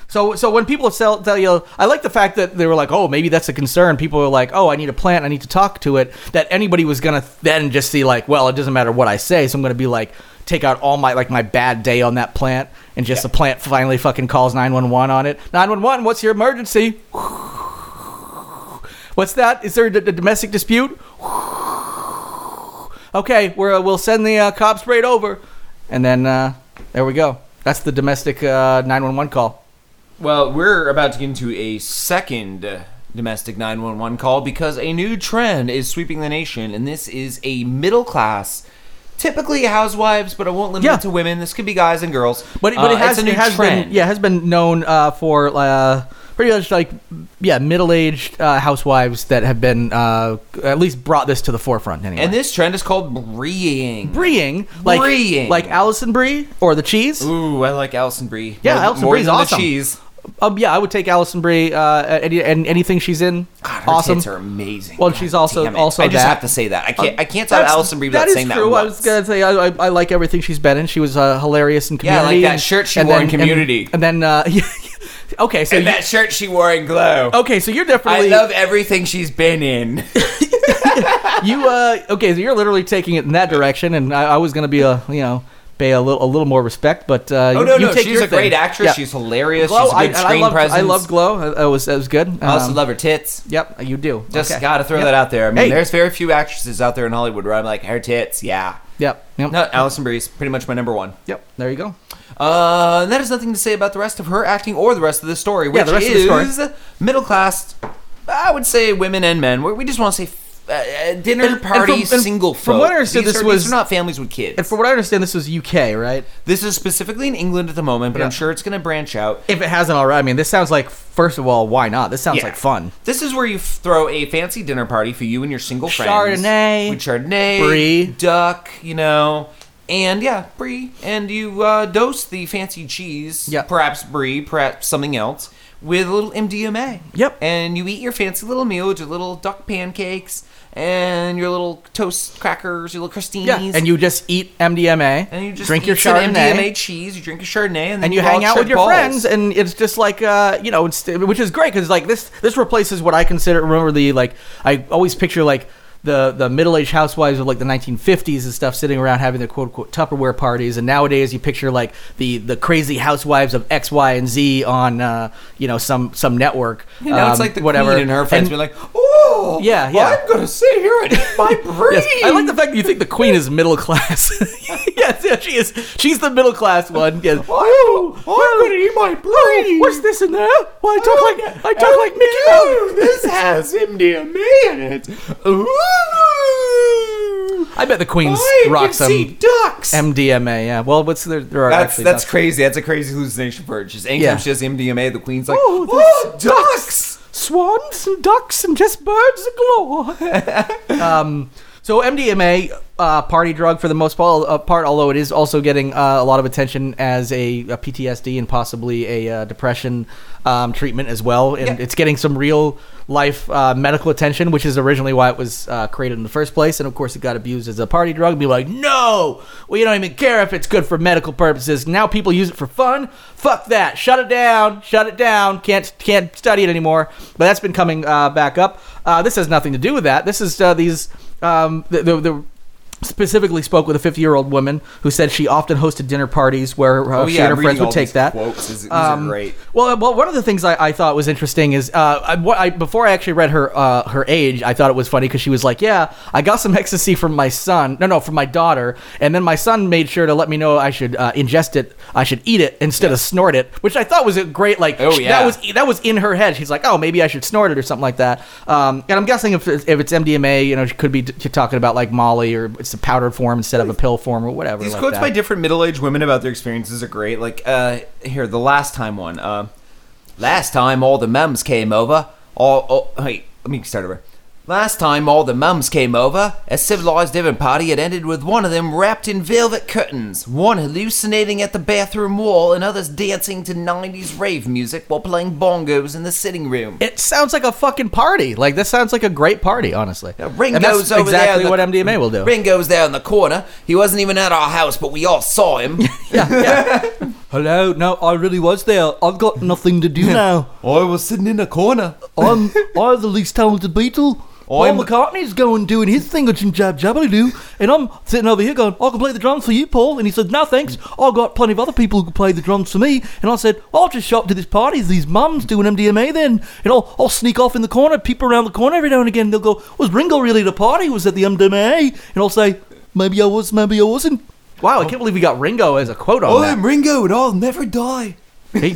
[SPEAKER 3] So so when people sell, tell you, I like the fact that they were like, oh, maybe that's a concern. People are like, oh, I need a plant. I need to talk to it. That anybody was gonna then just see like, well, it doesn't matter what I say. So I'm gonna be like, take out all my like my bad day on that plant, and just the plant finally fucking calls nine one one on it. Nine one one, what's your emergency? What's that? Is there a d- a domestic dispute? okay, we're, uh, we'll send the uh, cops right over. And then uh, there we go. That's the domestic uh, 911 call.
[SPEAKER 2] Well, we're about to get into a second uh, domestic 911 call because a new trend is sweeping the nation, and this is a middle class, typically housewives, but I won't limit
[SPEAKER 3] Yeah.
[SPEAKER 2] it to women. This could be guys and girls.
[SPEAKER 3] But, it- but
[SPEAKER 2] Uh,
[SPEAKER 3] it has,
[SPEAKER 2] it's a new
[SPEAKER 3] it has
[SPEAKER 2] trend.
[SPEAKER 3] been yeah it has been known uh, for uh, pretty much like yeah middle aged uh, housewives that have been uh, at least brought this to the forefront anyway.
[SPEAKER 2] And this trend is called breeing.
[SPEAKER 3] Breeing, like
[SPEAKER 2] Breeing.
[SPEAKER 3] like Allison Brie or the cheese.
[SPEAKER 2] Ooh, I like Alison Brie.
[SPEAKER 3] Yeah,
[SPEAKER 2] More-
[SPEAKER 3] Alison
[SPEAKER 2] more
[SPEAKER 3] Brie's
[SPEAKER 2] than
[SPEAKER 3] awesome.
[SPEAKER 2] The cheese.
[SPEAKER 3] Um, yeah, I would take Allison Brie uh, at any, and anything she's in.
[SPEAKER 2] God, her
[SPEAKER 3] awesome.
[SPEAKER 2] tits are amazing.
[SPEAKER 3] Well,
[SPEAKER 2] God
[SPEAKER 3] she's also-
[SPEAKER 2] damn it.
[SPEAKER 3] also
[SPEAKER 2] I just
[SPEAKER 3] that. Um,
[SPEAKER 2] have to say that. I can't. I can't stop
[SPEAKER 3] That's-
[SPEAKER 2] Alison Brie without
[SPEAKER 3] that is
[SPEAKER 2] saying that.
[SPEAKER 3] true. I was
[SPEAKER 2] once.
[SPEAKER 3] gonna say I, I, I like everything she's been in. She was uh, hilarious in
[SPEAKER 2] Yeah, I like
[SPEAKER 3] Community.
[SPEAKER 2] that
[SPEAKER 3] and-
[SPEAKER 2] shirt she
[SPEAKER 3] and
[SPEAKER 2] wore
[SPEAKER 3] then-
[SPEAKER 2] in
[SPEAKER 3] and-
[SPEAKER 2] Community.
[SPEAKER 3] And, then, uh, okay, so
[SPEAKER 2] And
[SPEAKER 3] you-
[SPEAKER 2] that shirt she wore in Glow.
[SPEAKER 3] okay, so you're
[SPEAKER 2] I
[SPEAKER 3] definitely
[SPEAKER 2] love everything she's been in.
[SPEAKER 3] you. Uh, okay, so you're literally taking it in that direction, and I, I was gonna be a you know pay a little a little more respect, but uh,
[SPEAKER 2] Oh
[SPEAKER 3] you,
[SPEAKER 2] no,
[SPEAKER 3] you
[SPEAKER 2] no,
[SPEAKER 3] take
[SPEAKER 2] she's
[SPEAKER 3] your
[SPEAKER 2] a great
[SPEAKER 3] thing.
[SPEAKER 2] actress.
[SPEAKER 3] Yeah.
[SPEAKER 2] She's hilarious.
[SPEAKER 3] Glow.
[SPEAKER 2] she's a
[SPEAKER 3] I,
[SPEAKER 2] good
[SPEAKER 3] and I
[SPEAKER 2] screen
[SPEAKER 3] loved,
[SPEAKER 2] presence.
[SPEAKER 3] I loved Glow. Uh, That that was that was good.
[SPEAKER 2] I also
[SPEAKER 3] Um,
[SPEAKER 2] love her tits.
[SPEAKER 3] Yep, you do.
[SPEAKER 2] Just
[SPEAKER 3] Okay.
[SPEAKER 2] gotta throw
[SPEAKER 3] Yep.
[SPEAKER 2] that out there. I mean,
[SPEAKER 3] Hey.
[SPEAKER 2] there's very few actresses out there in Hollywood where I'm like her tits. Yeah.
[SPEAKER 3] Yep. Yep.
[SPEAKER 2] No, Allison Brie's pretty much my number one.
[SPEAKER 3] Yep. There you go.
[SPEAKER 2] Uh, and that has nothing to say about the rest of her acting or the rest of the story, which
[SPEAKER 3] Yeah, the rest of the
[SPEAKER 2] is
[SPEAKER 3] story.
[SPEAKER 2] middle class. I would say women and men. We we just want to say uh, uh, dinner
[SPEAKER 3] And- and from-
[SPEAKER 2] party
[SPEAKER 3] and
[SPEAKER 2] single.
[SPEAKER 3] from what I understood,
[SPEAKER 2] These
[SPEAKER 3] this
[SPEAKER 2] are-
[SPEAKER 3] was-
[SPEAKER 2] these are not families with kids.
[SPEAKER 3] And from what I understand, this was UK, right?
[SPEAKER 2] this is specifically in England at the moment, but
[SPEAKER 3] Yeah.
[SPEAKER 2] I'm sure it's going to branch out.
[SPEAKER 3] If it hasn't already, I mean, this sounds like first of all, why not? This sounds
[SPEAKER 2] Yeah.
[SPEAKER 3] like fun.
[SPEAKER 2] This is where you f- throw a fancy dinner party for you and your single friends.
[SPEAKER 3] Chardonnay,
[SPEAKER 2] with Chardonnay,
[SPEAKER 3] brie.
[SPEAKER 2] duck, you know, and yeah, brie. And you uh, dose the fancy cheese,
[SPEAKER 3] Yeah.
[SPEAKER 2] perhaps brie, perhaps something else, with a little MDMA.
[SPEAKER 3] Yep.
[SPEAKER 2] And you eat your fancy little meal with your little duck pancakes and your little toast crackers, your little crostinis.
[SPEAKER 3] Yeah, and you just eat MDMA,
[SPEAKER 2] and you just
[SPEAKER 3] drink
[SPEAKER 2] eat
[SPEAKER 3] your
[SPEAKER 2] some
[SPEAKER 3] Chardonnay,
[SPEAKER 2] MDMA cheese. You drink your Chardonnay, and then
[SPEAKER 3] and you
[SPEAKER 2] all
[SPEAKER 3] hang out
[SPEAKER 2] chug
[SPEAKER 3] with your
[SPEAKER 2] balls.
[SPEAKER 3] friends, and it's just like uh, you know, it's, which is great because like this this replaces what I consider. Remember the like I always picture like. The, the middle aged housewives of like the 1950s and stuff sitting around having their quote unquote Tupperware parties and nowadays you picture like the, the crazy housewives of X Y and Z on uh, you know some some network
[SPEAKER 2] You know, it's
[SPEAKER 3] um,
[SPEAKER 2] like the queen and her friends being
[SPEAKER 3] And-
[SPEAKER 2] like, "Oh,
[SPEAKER 3] Yeah, yeah.
[SPEAKER 2] I'm gonna sit here and eat my brain."
[SPEAKER 3] Yes, I like the fact that you think the queen is middle class. yes, yeah, she is. She's the middle class one. Yes. Oh,
[SPEAKER 2] I'm, I'm gonna eat my brain.
[SPEAKER 3] What's this in there? Well, I talk like I talk like Mickey
[SPEAKER 2] Mouse.
[SPEAKER 3] Mouse.
[SPEAKER 2] This has MDMA in it. Ooh,
[SPEAKER 3] I bet the queen's
[SPEAKER 2] I
[SPEAKER 3] rock
[SPEAKER 2] can
[SPEAKER 3] some
[SPEAKER 2] see ducks.
[SPEAKER 3] MDMA. Yeah. Well, what's there? There are
[SPEAKER 2] that's
[SPEAKER 3] actually
[SPEAKER 2] that's
[SPEAKER 3] ducks.
[SPEAKER 2] crazy. That's a crazy hallucination for her. She's anytime
[SPEAKER 3] Yeah.
[SPEAKER 2] she has MDMA, the queen's like,
[SPEAKER 3] Oh,
[SPEAKER 2] "Oh, ducks."
[SPEAKER 3] swans and ducks and just birds galore. um, so MDMA, uh, party drug for the most part, uh, part although it is also getting uh, a lot of attention as a, a PTSD and possibly a uh, depression um, treatment as well, and
[SPEAKER 2] Yeah.
[SPEAKER 3] it's getting some real life uh, medical attention, which is originally why it was uh, created in the first place. And of course, it got abused as a party drug. Be like, no, we don't even care if it's good for medical purposes. Now people use it for fun. Fuck that. Shut it down. Shut it down. Can't can't study it anymore. But that's been coming uh, back up. Uh, this has nothing to do with that. This is uh, these um, the, the, the specifically spoke with a 50 year old woman who said she often hosted dinner parties where uh,
[SPEAKER 2] Oh,
[SPEAKER 3] she
[SPEAKER 2] yeah,
[SPEAKER 3] and her
[SPEAKER 2] I'm reading
[SPEAKER 3] friends would
[SPEAKER 2] all
[SPEAKER 3] take
[SPEAKER 2] these
[SPEAKER 3] that.
[SPEAKER 2] quotes. These- these are
[SPEAKER 3] um,
[SPEAKER 2] great.
[SPEAKER 3] Well, well, one of the things I, I thought was interesting is uh, I, what I, before I actually read her uh, her age, I thought it was funny because she was like, "Yeah, I got some ecstasy from my son. No, no, from my daughter, and then my son made sure to let me know I should uh, ingest it. I should eat it instead of snort it," which I thought was a great like.
[SPEAKER 2] Oh,
[SPEAKER 3] sh-
[SPEAKER 2] yeah.
[SPEAKER 3] that was that was in her head. She's like, "Oh, maybe I should snort it or something like that." Um, and I'm guessing if it's, if it's MDMA, you know, she could be t- talking about like Molly or it's a powdered form instead of a pill form or whatever.
[SPEAKER 2] These
[SPEAKER 3] like
[SPEAKER 2] quotes
[SPEAKER 3] that.
[SPEAKER 2] by different middle-aged women about their experiences are great. Like uh, here, the last time one. Uh, last time all the mums came over. All oh, hey, let me start over. Last time all the mums came over, a civilized Evan party had ended with one of them wrapped in velvet curtains, one hallucinating at the bathroom wall, and others dancing to 90s rave music while playing bongos in the sitting room.
[SPEAKER 3] It sounds like a fucking party. Like this sounds like a great party, honestly.
[SPEAKER 2] Yeah,
[SPEAKER 3] and that's
[SPEAKER 2] Ringo's over
[SPEAKER 3] exactly
[SPEAKER 2] there. in the-
[SPEAKER 3] what MDMA will do.
[SPEAKER 2] Ringo's there in the corner. He wasn't even at our house, but we all saw him.
[SPEAKER 3] Hello, no, I really was there. I've got nothing to do now.
[SPEAKER 2] I was sitting in a corner.
[SPEAKER 3] I'm I'm the least talented Beatle.
[SPEAKER 2] I'm-
[SPEAKER 3] Paul McCartney's going doing his thing, which in jab jabbly do, and I'm sitting over here going, I can play the drums for you, Paul. And he said, No thanks, I've got plenty of other people who can play the drums for me. And I said, I'll just show up to this party, these mums doing MDMA then, and I'll, I'll sneak off in the corner, peep around the corner every now and again. They'll go, Was Ringo really at a party? Was at the MDMA? And I'll say, Maybe I was, maybe I wasn't. Wow, I can't believe we got Ringo as a quote on
[SPEAKER 2] Ringo and I'll never die.
[SPEAKER 3] He,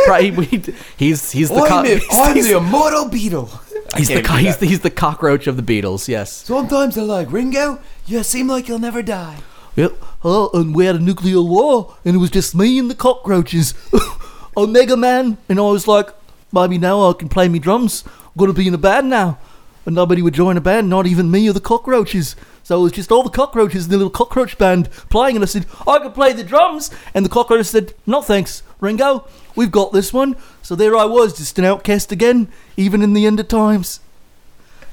[SPEAKER 3] he's he's
[SPEAKER 2] immortal beetle.
[SPEAKER 3] He's the, co- he's, the, he's the cockroach of the Beatles, yes.
[SPEAKER 2] Sometimes I like Ringo. You seem like you'll never die.
[SPEAKER 3] Yep. Oh, and we had a nuclear war, and it was just me and the cockroaches. Omega Man. And I was like, maybe now I can play me drums. I'm going to be in a band now. And nobody would join a band, not even me or the cockroaches. So it was just all the cockroaches in the little cockroach band playing, and I said, I can play the drums. And the cockroach said, No thanks, Ringo. We've got this one. So there I was, just an outcast again, even in the end of times.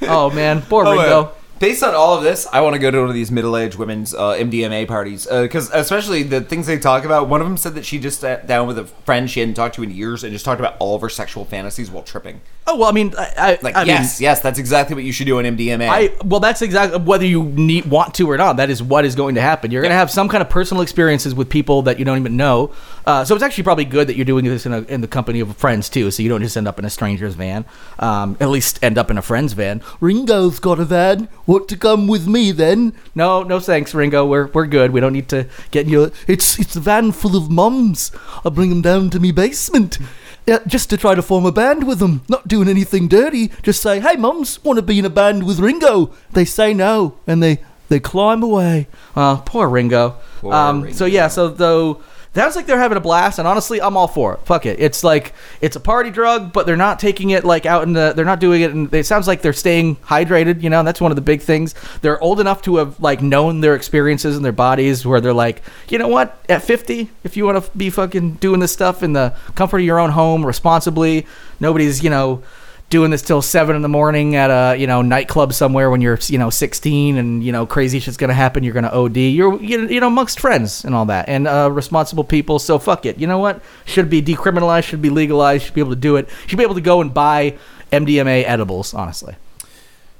[SPEAKER 3] Oh man, poor
[SPEAKER 2] Oh, uh, based on all of this, I want to go to one of these middle-aged women's uh, MDMA parties because, especially the things they talk about. One of them said that she just sat down with a friend she hadn't talked to in years and just talked about all of her sexual fantasies while tripping.
[SPEAKER 3] Oh well, I mean, I, I,
[SPEAKER 2] Like,
[SPEAKER 3] I
[SPEAKER 2] yes,
[SPEAKER 3] mean,
[SPEAKER 2] yes, that's exactly what you should do on MDMA.
[SPEAKER 3] I well, that's exactly whether you need want to or not. That is what is going to happen. You're going to have some kind of personal experiences with people that you don't even know. Uh, so it's actually probably good that you're doing this in, a, in the company of friends too, so you don't just end up in a stranger's van. Um, at least end up in a friend's van. Ringo's got a van. Want to come with me then? No, no, thanks, Ringo. We're we're good. We don't need to get in your. It's it's a van full of mums. I'll bring them down to me basement. Yeah, just to try to form a band with them. Not doing anything dirty. Just say, "Hey, mums, want to be in a band with Ringo?" They say no, and they they climb away. Uh, poor Ringo.
[SPEAKER 2] Poor
[SPEAKER 3] um, So
[SPEAKER 2] Ringo.
[SPEAKER 3] yeah, so though sounds like they're having a blast, and honestly, I'm all for it. Fuck it. It's like it's a party drug, but they're not taking it like out in the. They're not doing it, and it sounds like they're staying hydrated. You know, and that's one of the big things. They're old enough to have like known their experiences and their bodies, where they're like, you know what, at 50, if you want to be fucking doing this stuff in the comfort of your own home responsibly, nobody's you know doing this till seven in the morning at a you know nightclub somewhere when you're you know 16 and you know crazy shit's gonna happen you're gonna OD you're you you know amongst friends and all that and uh, responsible people so fuck it you know what should be decriminalized should be legalized should be able to do it should be able to go and buy MDMA edibles honestly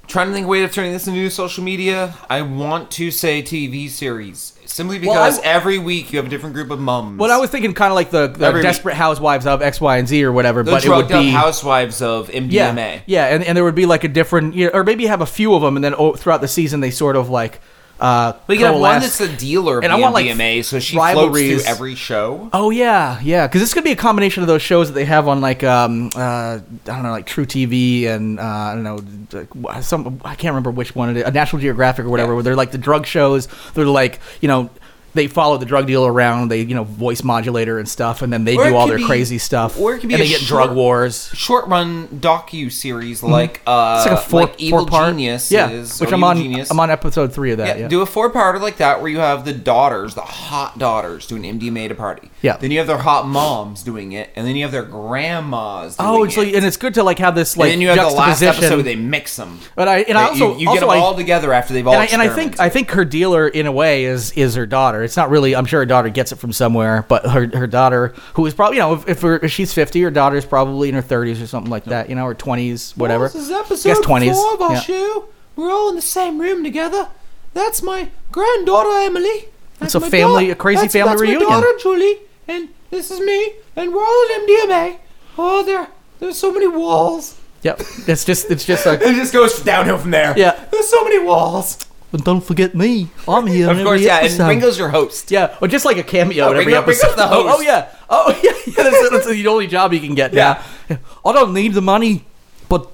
[SPEAKER 2] Trying to think of a way of turning this into social media. I want to say TV series simply
[SPEAKER 3] Well, I-
[SPEAKER 2] because every week you have a different group of mums.
[SPEAKER 3] well I was thinking kind of like the, the
[SPEAKER 2] Every-
[SPEAKER 3] desperate housewives of X Y and Z or whatever
[SPEAKER 2] the
[SPEAKER 3] but it would
[SPEAKER 2] drugged up
[SPEAKER 3] be
[SPEAKER 2] housewives of MDMA.
[SPEAKER 3] yeah, Yeah, and, and there would be like a different, you know, or maybe have a few of them, and then oh, throughout the season they sort of like. Uh,
[SPEAKER 2] We can have one
[SPEAKER 3] coalesce.
[SPEAKER 2] that's a dealer of
[SPEAKER 3] And
[SPEAKER 2] the
[SPEAKER 3] I want, like,
[SPEAKER 2] MDMA, so she floats
[SPEAKER 3] rivalries.
[SPEAKER 2] through every show.
[SPEAKER 3] Oh yeah, yeah. Because this could be a combination of those shows that they have on like um uh I don't know like True TV and uh, I don't know like, wh- some I can't remember which one it is, uh, National Geographic or whatever.
[SPEAKER 2] Yeah.
[SPEAKER 3] Where they're like the drug shows. They're like you know they follow the drug dealer around. They you know voice modulator and stuff, and then they
[SPEAKER 2] Or it
[SPEAKER 3] do all
[SPEAKER 2] could
[SPEAKER 3] their
[SPEAKER 2] be-
[SPEAKER 3] crazy stuff.
[SPEAKER 2] or it could be
[SPEAKER 3] and
[SPEAKER 2] a
[SPEAKER 3] they get
[SPEAKER 2] short-
[SPEAKER 3] drug wars.
[SPEAKER 2] Short run docu series like uh,
[SPEAKER 3] Mm-hmm. It's like a four,
[SPEAKER 2] Evil
[SPEAKER 3] four part.
[SPEAKER 2] Genius.
[SPEAKER 3] yeah,
[SPEAKER 2] is,
[SPEAKER 3] which
[SPEAKER 2] or
[SPEAKER 3] I'm
[SPEAKER 2] Evil
[SPEAKER 3] on.
[SPEAKER 2] Genius.
[SPEAKER 3] I'm on episode three of that.
[SPEAKER 2] Yeah,
[SPEAKER 3] Yeah,
[SPEAKER 2] do a four parter like that where you have the daughters, the hot daughters, doing MDMA to party.
[SPEAKER 3] Yeah.
[SPEAKER 2] Then you have their hot moms doing it, and then you have their grandmas. Doing
[SPEAKER 3] Oh,
[SPEAKER 2] it.
[SPEAKER 3] and so and it's good to like have this like
[SPEAKER 2] and then you have the last
[SPEAKER 3] juxtaposition.
[SPEAKER 2] episode where they mix them.
[SPEAKER 3] But I- and I also-
[SPEAKER 2] you, you
[SPEAKER 3] also
[SPEAKER 2] get them
[SPEAKER 3] I-
[SPEAKER 2] all together after they've all.
[SPEAKER 3] and I, and I think I think her dealer in a way is is her daughter. It's not really. I'm sure her daughter gets it from somewhere, but her her daughter who is probably you know if, if, her, if she's 50, her daughter's probably in her 30s or something like that. You know, or 20s, whatever.
[SPEAKER 2] This is episode
[SPEAKER 3] I guess 20s.
[SPEAKER 2] four of our
[SPEAKER 3] yeah.
[SPEAKER 2] show. We're all in the same room together. That's my granddaughter Emily. That's
[SPEAKER 3] a
[SPEAKER 2] my
[SPEAKER 3] family-
[SPEAKER 2] daugh-
[SPEAKER 3] a crazy
[SPEAKER 2] that's-
[SPEAKER 3] family
[SPEAKER 2] that's
[SPEAKER 3] reunion.
[SPEAKER 2] My daughter Julie, and this is me, and we're all in MDMA. Oh, there, there's so many walls.
[SPEAKER 3] Yep. It's just it's just like.
[SPEAKER 2] It just goes downhill from there.
[SPEAKER 3] Yeah.
[SPEAKER 2] there's so many walls.
[SPEAKER 3] But don't forget me. I'm here.
[SPEAKER 2] Of course, yeah. And Ringo's your host.
[SPEAKER 3] Yeah, or just like a cameo
[SPEAKER 2] Oh,
[SPEAKER 3] in every
[SPEAKER 2] Ringo- Ringo's
[SPEAKER 3] episode.
[SPEAKER 2] the
[SPEAKER 3] Oh,
[SPEAKER 2] host.
[SPEAKER 3] Oh, yeah. Oh yeah. yeah that's, that's the only job you can get.
[SPEAKER 2] Yeah.
[SPEAKER 3] now. I don't need the money, but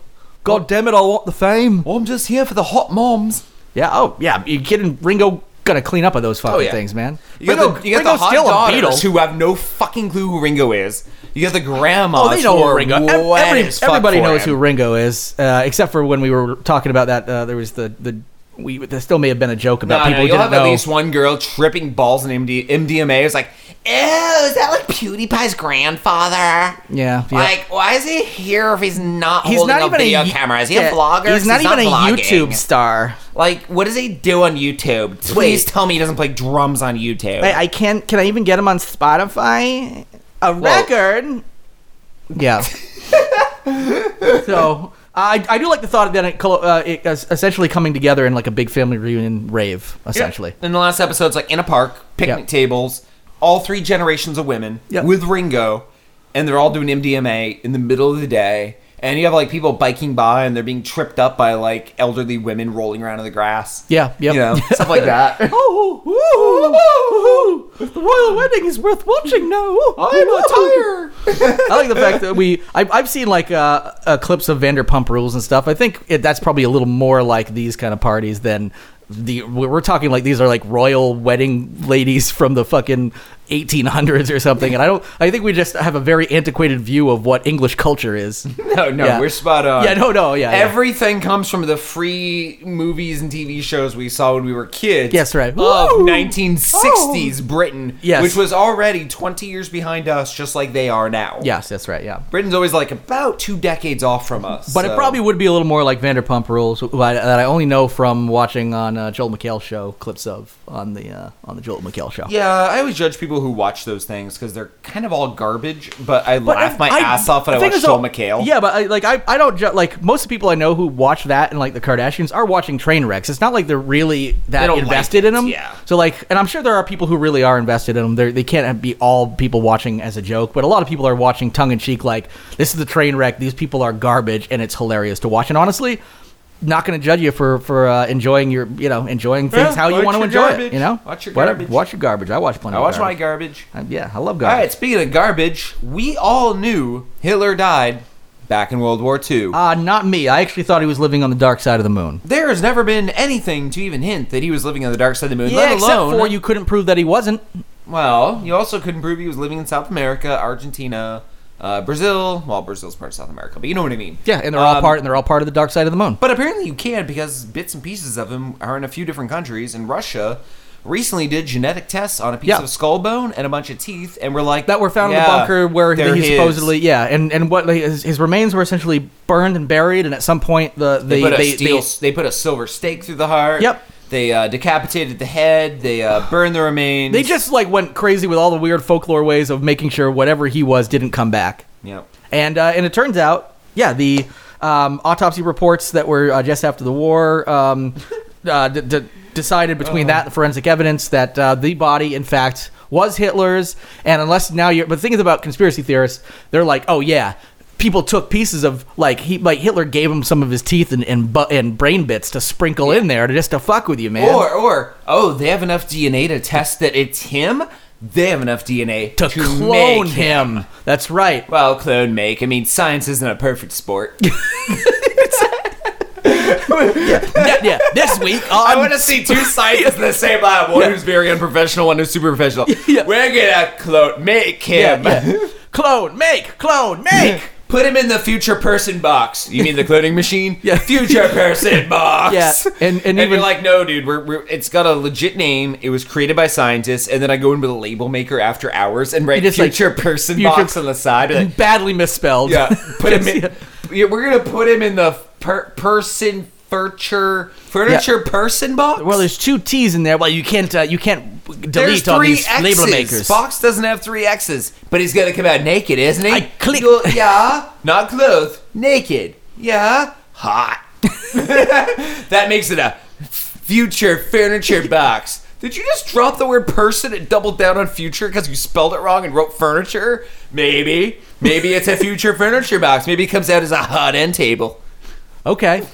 [SPEAKER 3] god damn it, I want the fame.
[SPEAKER 2] I'm just here for the hot moms.
[SPEAKER 3] Yeah. Oh, yeah. You kidding? Ringo gonna clean up on those fucking
[SPEAKER 2] Oh, yeah.
[SPEAKER 3] things, man.
[SPEAKER 2] You
[SPEAKER 3] Ringo,
[SPEAKER 2] got the, you got the
[SPEAKER 3] Ringo's
[SPEAKER 2] hot
[SPEAKER 3] still a
[SPEAKER 2] daughters
[SPEAKER 3] beetle.
[SPEAKER 2] who have no fucking clue who Ringo is. You got the grandmas.
[SPEAKER 3] Oh, they know
[SPEAKER 2] who
[SPEAKER 3] who
[SPEAKER 2] are
[SPEAKER 3] Ringo. ev-
[SPEAKER 2] wet
[SPEAKER 3] every-
[SPEAKER 2] as fuck
[SPEAKER 3] everybody
[SPEAKER 2] for
[SPEAKER 3] knows
[SPEAKER 2] him.
[SPEAKER 3] who Ringo is, uh, except for when we were talking about that. Uh, there was the the we there still may have been a joke
[SPEAKER 2] No,
[SPEAKER 3] about
[SPEAKER 2] no,
[SPEAKER 3] people who
[SPEAKER 2] you'll
[SPEAKER 3] didn't
[SPEAKER 2] have
[SPEAKER 3] know.
[SPEAKER 2] at least one girl tripping balls in MD- MDMA. It's like, ew, is that like PewDiePie's grandfather?
[SPEAKER 3] yeah, yeah.
[SPEAKER 2] Like, why is he here if he's not
[SPEAKER 3] He's
[SPEAKER 2] holding
[SPEAKER 3] not
[SPEAKER 2] a
[SPEAKER 3] even
[SPEAKER 2] video
[SPEAKER 3] a y-
[SPEAKER 2] camera? Is he
[SPEAKER 3] yeah,
[SPEAKER 2] a vlogger?
[SPEAKER 3] He's not even a
[SPEAKER 2] vlogging.
[SPEAKER 3] YouTube star.
[SPEAKER 2] Like, what does he do on YouTube? Please tell me he doesn't play drums on YouTube.
[SPEAKER 3] I, I can't. Can I even get him on Spotify? A record. Yeah. so I, I do like the thought of that it, col- uh, it es- essentially coming together in like a big family reunion rave, essentially.
[SPEAKER 2] In the last episode, it's like in a park, picnic
[SPEAKER 3] Yep.
[SPEAKER 2] tables, all three generations of women
[SPEAKER 3] Yep.
[SPEAKER 2] with Ringo, and they're all doing MDMA in the middle of the day. And you have like people biking by and they're being tripped up by like elderly women rolling around in the grass.
[SPEAKER 3] Yeah, yep.
[SPEAKER 2] You know, stuff like that.
[SPEAKER 3] Oh, ooh, ooh, ooh, ooh. the royal wedding is worth watching now. Ooh, I'm a
[SPEAKER 2] Tire!
[SPEAKER 3] I like the fact that we I've, I've seen like uh, uh, clips of Vanderpump Rules and stuff. I think it, that's probably a little more like these kind of parties than the we're we're talking like these are like royal wedding ladies from the fucking 1800s or something. And I don't. I think we just have a very antiquated view of what English culture is.
[SPEAKER 2] No, no,
[SPEAKER 3] Yeah.
[SPEAKER 2] we're spot on.
[SPEAKER 3] Yeah, no, no, yeah, yeah.
[SPEAKER 2] Everything comes from the free movies and TV shows we saw when we were kids.
[SPEAKER 3] Yes, right.
[SPEAKER 2] Of
[SPEAKER 3] Woo! Oh!
[SPEAKER 2] 1960s Britain,
[SPEAKER 3] Yes.
[SPEAKER 2] which was already 20 years behind us, just like they are now.
[SPEAKER 3] Yes, that's right. Yeah.
[SPEAKER 2] Britain's always like about two decades off from us.
[SPEAKER 3] But
[SPEAKER 2] so-
[SPEAKER 3] it probably would be a little more like Vanderpump Rules, who I- that I only know from watching on uh, Joel McHale show clips of on the uh, on the Joel McHale show.
[SPEAKER 2] Yeah, I always judge people who watch those things because they're kind of all garbage. But I
[SPEAKER 3] But
[SPEAKER 2] laugh my
[SPEAKER 3] I- I-
[SPEAKER 2] ass off when I
[SPEAKER 3] the thing
[SPEAKER 2] watch
[SPEAKER 3] is,
[SPEAKER 2] Joel
[SPEAKER 3] uh,
[SPEAKER 2] McHale.
[SPEAKER 3] Yeah, but I, like I, I don't ju- like most of the people I know who watch that and like the Kardashians are watching train wrecks. It's not like they're really
[SPEAKER 2] They
[SPEAKER 3] that
[SPEAKER 2] don't like
[SPEAKER 3] invested in
[SPEAKER 2] it,
[SPEAKER 3] them.
[SPEAKER 2] yeah.
[SPEAKER 3] So like, and I'm sure there are people who really are invested in them. They're, they can't be all people watching as a joke, but a lot of people are watching tongue in cheek. Like this is the train wreck. These people are garbage, and it's hilarious to watch. And honestly. Not going to judge you for for uh, enjoying your you know enjoying things
[SPEAKER 2] Yeah,
[SPEAKER 3] how you
[SPEAKER 2] watch
[SPEAKER 3] want to
[SPEAKER 2] your
[SPEAKER 3] enjoy it
[SPEAKER 2] garbage.
[SPEAKER 3] you know
[SPEAKER 2] Watch your
[SPEAKER 3] Whatever.
[SPEAKER 2] garbage.
[SPEAKER 3] watch your garbage I watch plenty
[SPEAKER 2] I
[SPEAKER 3] of
[SPEAKER 2] watch my
[SPEAKER 3] garbage.
[SPEAKER 2] garbage.
[SPEAKER 3] my yeah I love
[SPEAKER 2] All
[SPEAKER 3] garbage
[SPEAKER 2] right, speaking of garbage, we all knew Hitler died back in World War II.
[SPEAKER 3] Uh, not me. I actually thought he was living on the dark side of the moon.
[SPEAKER 2] there has never been anything to even hint that he was living on the dark side of the moon, let
[SPEAKER 3] except
[SPEAKER 2] alone.
[SPEAKER 3] for you couldn't prove that he wasn't.
[SPEAKER 2] Well, you also couldn't prove he was living in South America, Argentina, uh, Brazil. Well, Brazil's part of South America, but you know what I mean.
[SPEAKER 3] Yeah, and they're all
[SPEAKER 2] Um,
[SPEAKER 3] part and they're all part of the dark side of the moon.
[SPEAKER 2] But apparently you can because bits and pieces of him are in a few different countries. And Russia recently did genetic tests on a piece
[SPEAKER 3] Yeah.
[SPEAKER 2] of skull bone and a bunch of teeth, and we're like
[SPEAKER 3] that were found in
[SPEAKER 2] "Yeah,
[SPEAKER 3] the bunker where
[SPEAKER 2] they're
[SPEAKER 3] he
[SPEAKER 2] his."
[SPEAKER 3] supposedly yeah, and and what like, his, his remains were essentially burned and buried, and at some point the
[SPEAKER 2] They,
[SPEAKER 3] they
[SPEAKER 2] put a
[SPEAKER 3] they,
[SPEAKER 2] steel,
[SPEAKER 3] they-
[SPEAKER 2] they put a silver stake through the heart.
[SPEAKER 3] Yep.
[SPEAKER 2] They uh, decapitated the head. They uh, burned the remains.
[SPEAKER 3] they just like went crazy with all the weird folklore ways of making sure whatever he was didn't come back.
[SPEAKER 2] Yep.
[SPEAKER 3] And uh, and it turns out, yeah, the um, autopsy reports that were uh, just after the war um, uh, d- d- decided between
[SPEAKER 2] Uh-huh.
[SPEAKER 3] that and forensic evidence that uh, the body, in fact, was Hitler's. And unless now you're, but the thing is about conspiracy theorists, they're like, oh yeah. People took pieces of like he like Hitler gave him some of his teeth and and, bu- and brain bits to sprinkle in there to just to fuck with you, man.
[SPEAKER 2] Or or oh, they have enough DNA to test that it's him. They have enough DNA
[SPEAKER 3] to,
[SPEAKER 2] make
[SPEAKER 3] clone him. That's right.
[SPEAKER 2] Well, clone make. I mean, science isn't a perfect sport.
[SPEAKER 3] yeah, yeah. This week
[SPEAKER 2] I
[SPEAKER 3] on
[SPEAKER 2] want to see two scientists in the same lab. One who's very unprofessional, one who's super professional.
[SPEAKER 3] Yeah.
[SPEAKER 2] We're gonna clone, make
[SPEAKER 3] yeah,
[SPEAKER 2] him,
[SPEAKER 3] yeah. clone make clone make.
[SPEAKER 2] put him in the future person box. You mean the cloning machine?
[SPEAKER 3] Yeah.
[SPEAKER 2] future person box.
[SPEAKER 3] Yeah, and- and
[SPEAKER 2] you're
[SPEAKER 3] even-
[SPEAKER 2] like, no, dude, we're, we're it's got a legit name. It was created by scientists, and then I go into the label maker after hours and write
[SPEAKER 3] just, like,
[SPEAKER 2] future person
[SPEAKER 3] future-
[SPEAKER 2] box on the side. Like,
[SPEAKER 3] badly misspelled.
[SPEAKER 2] yeah, put him
[SPEAKER 3] Yeah.
[SPEAKER 2] in. yeah, We're gonna put him in the per- person furniture furniture person box.
[SPEAKER 3] Well, there's two T's in there. Well, you can't uh, you can't delete
[SPEAKER 2] There's
[SPEAKER 3] all
[SPEAKER 2] three
[SPEAKER 3] these label
[SPEAKER 2] X's.
[SPEAKER 3] makers.
[SPEAKER 2] Fox doesn't have three X's, but he's gonna come out naked, isn't he?
[SPEAKER 3] I click-
[SPEAKER 2] You'll- yeah, not clothed, naked. Yeah, hot. that makes it a future furniture box. Did you just drop the word person and double down on future because you spelled it wrong and wrote furniture? Maybe. Maybe it's a future furniture box. Maybe it comes out as a hot end table.
[SPEAKER 3] Okay,